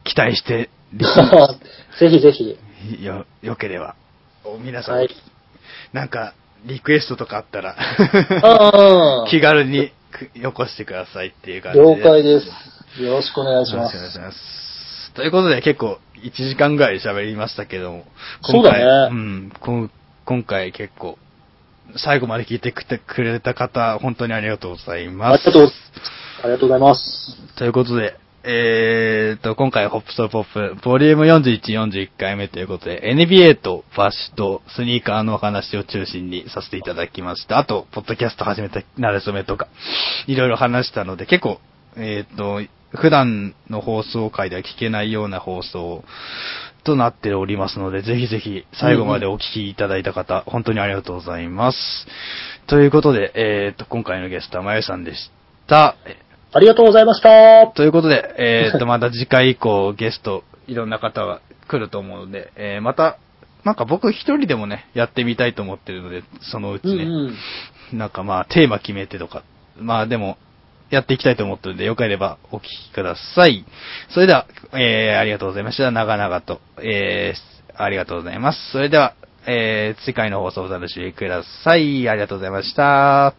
期待して、リスナ
ぜひぜひ。
ー よ、よければ、お皆さん、
はい
なんか、リクエストとかあったら、
ああ、
気軽にくよこしてくださいっていう感じで。
了解です。よろしくお願いします
よ。ろしくお願いします。ということで、結構1時間ぐらい喋りましたけども、
そうだね
うん、こん今回結構、最後まで聞いてくてくれた方、本当にありがとうござい
あ
ま
り
す
が。とう。ありがとうございます。
ということで、えーと、今回、ホップソーポップ、ボリューム41、41回目ということで、NBA とバッシュとスニーカーのお話を中心にさせていただきました。あと、ポッドキャスト始めた、なれそめとか、いろいろ話したので、結構、えーと、普段の放送回では聞けないような放送となっておりますので、ぜひぜひ最後までお聞きいただいた方、本当にありがとうございます。ということで、えーと、今回のゲストはまゆさんでした。
ありがとうございました。
ということで、 えーっと、また次回以降、ゲスト、いろんな方が来ると思うので、えーまた、なんか僕一人でもね、やってみたいと思ってるので、そのうち
うん
ね、
うん。
なんかまあ、テーマ決めてとか、まあでも、やっていきたいと思ってるので、よければお聞きください。それでは、えー、ありがとうございました。長々と、えー、ありがとうございます。それでは、えー、次回の放送をお楽しみください。ありがとうございました。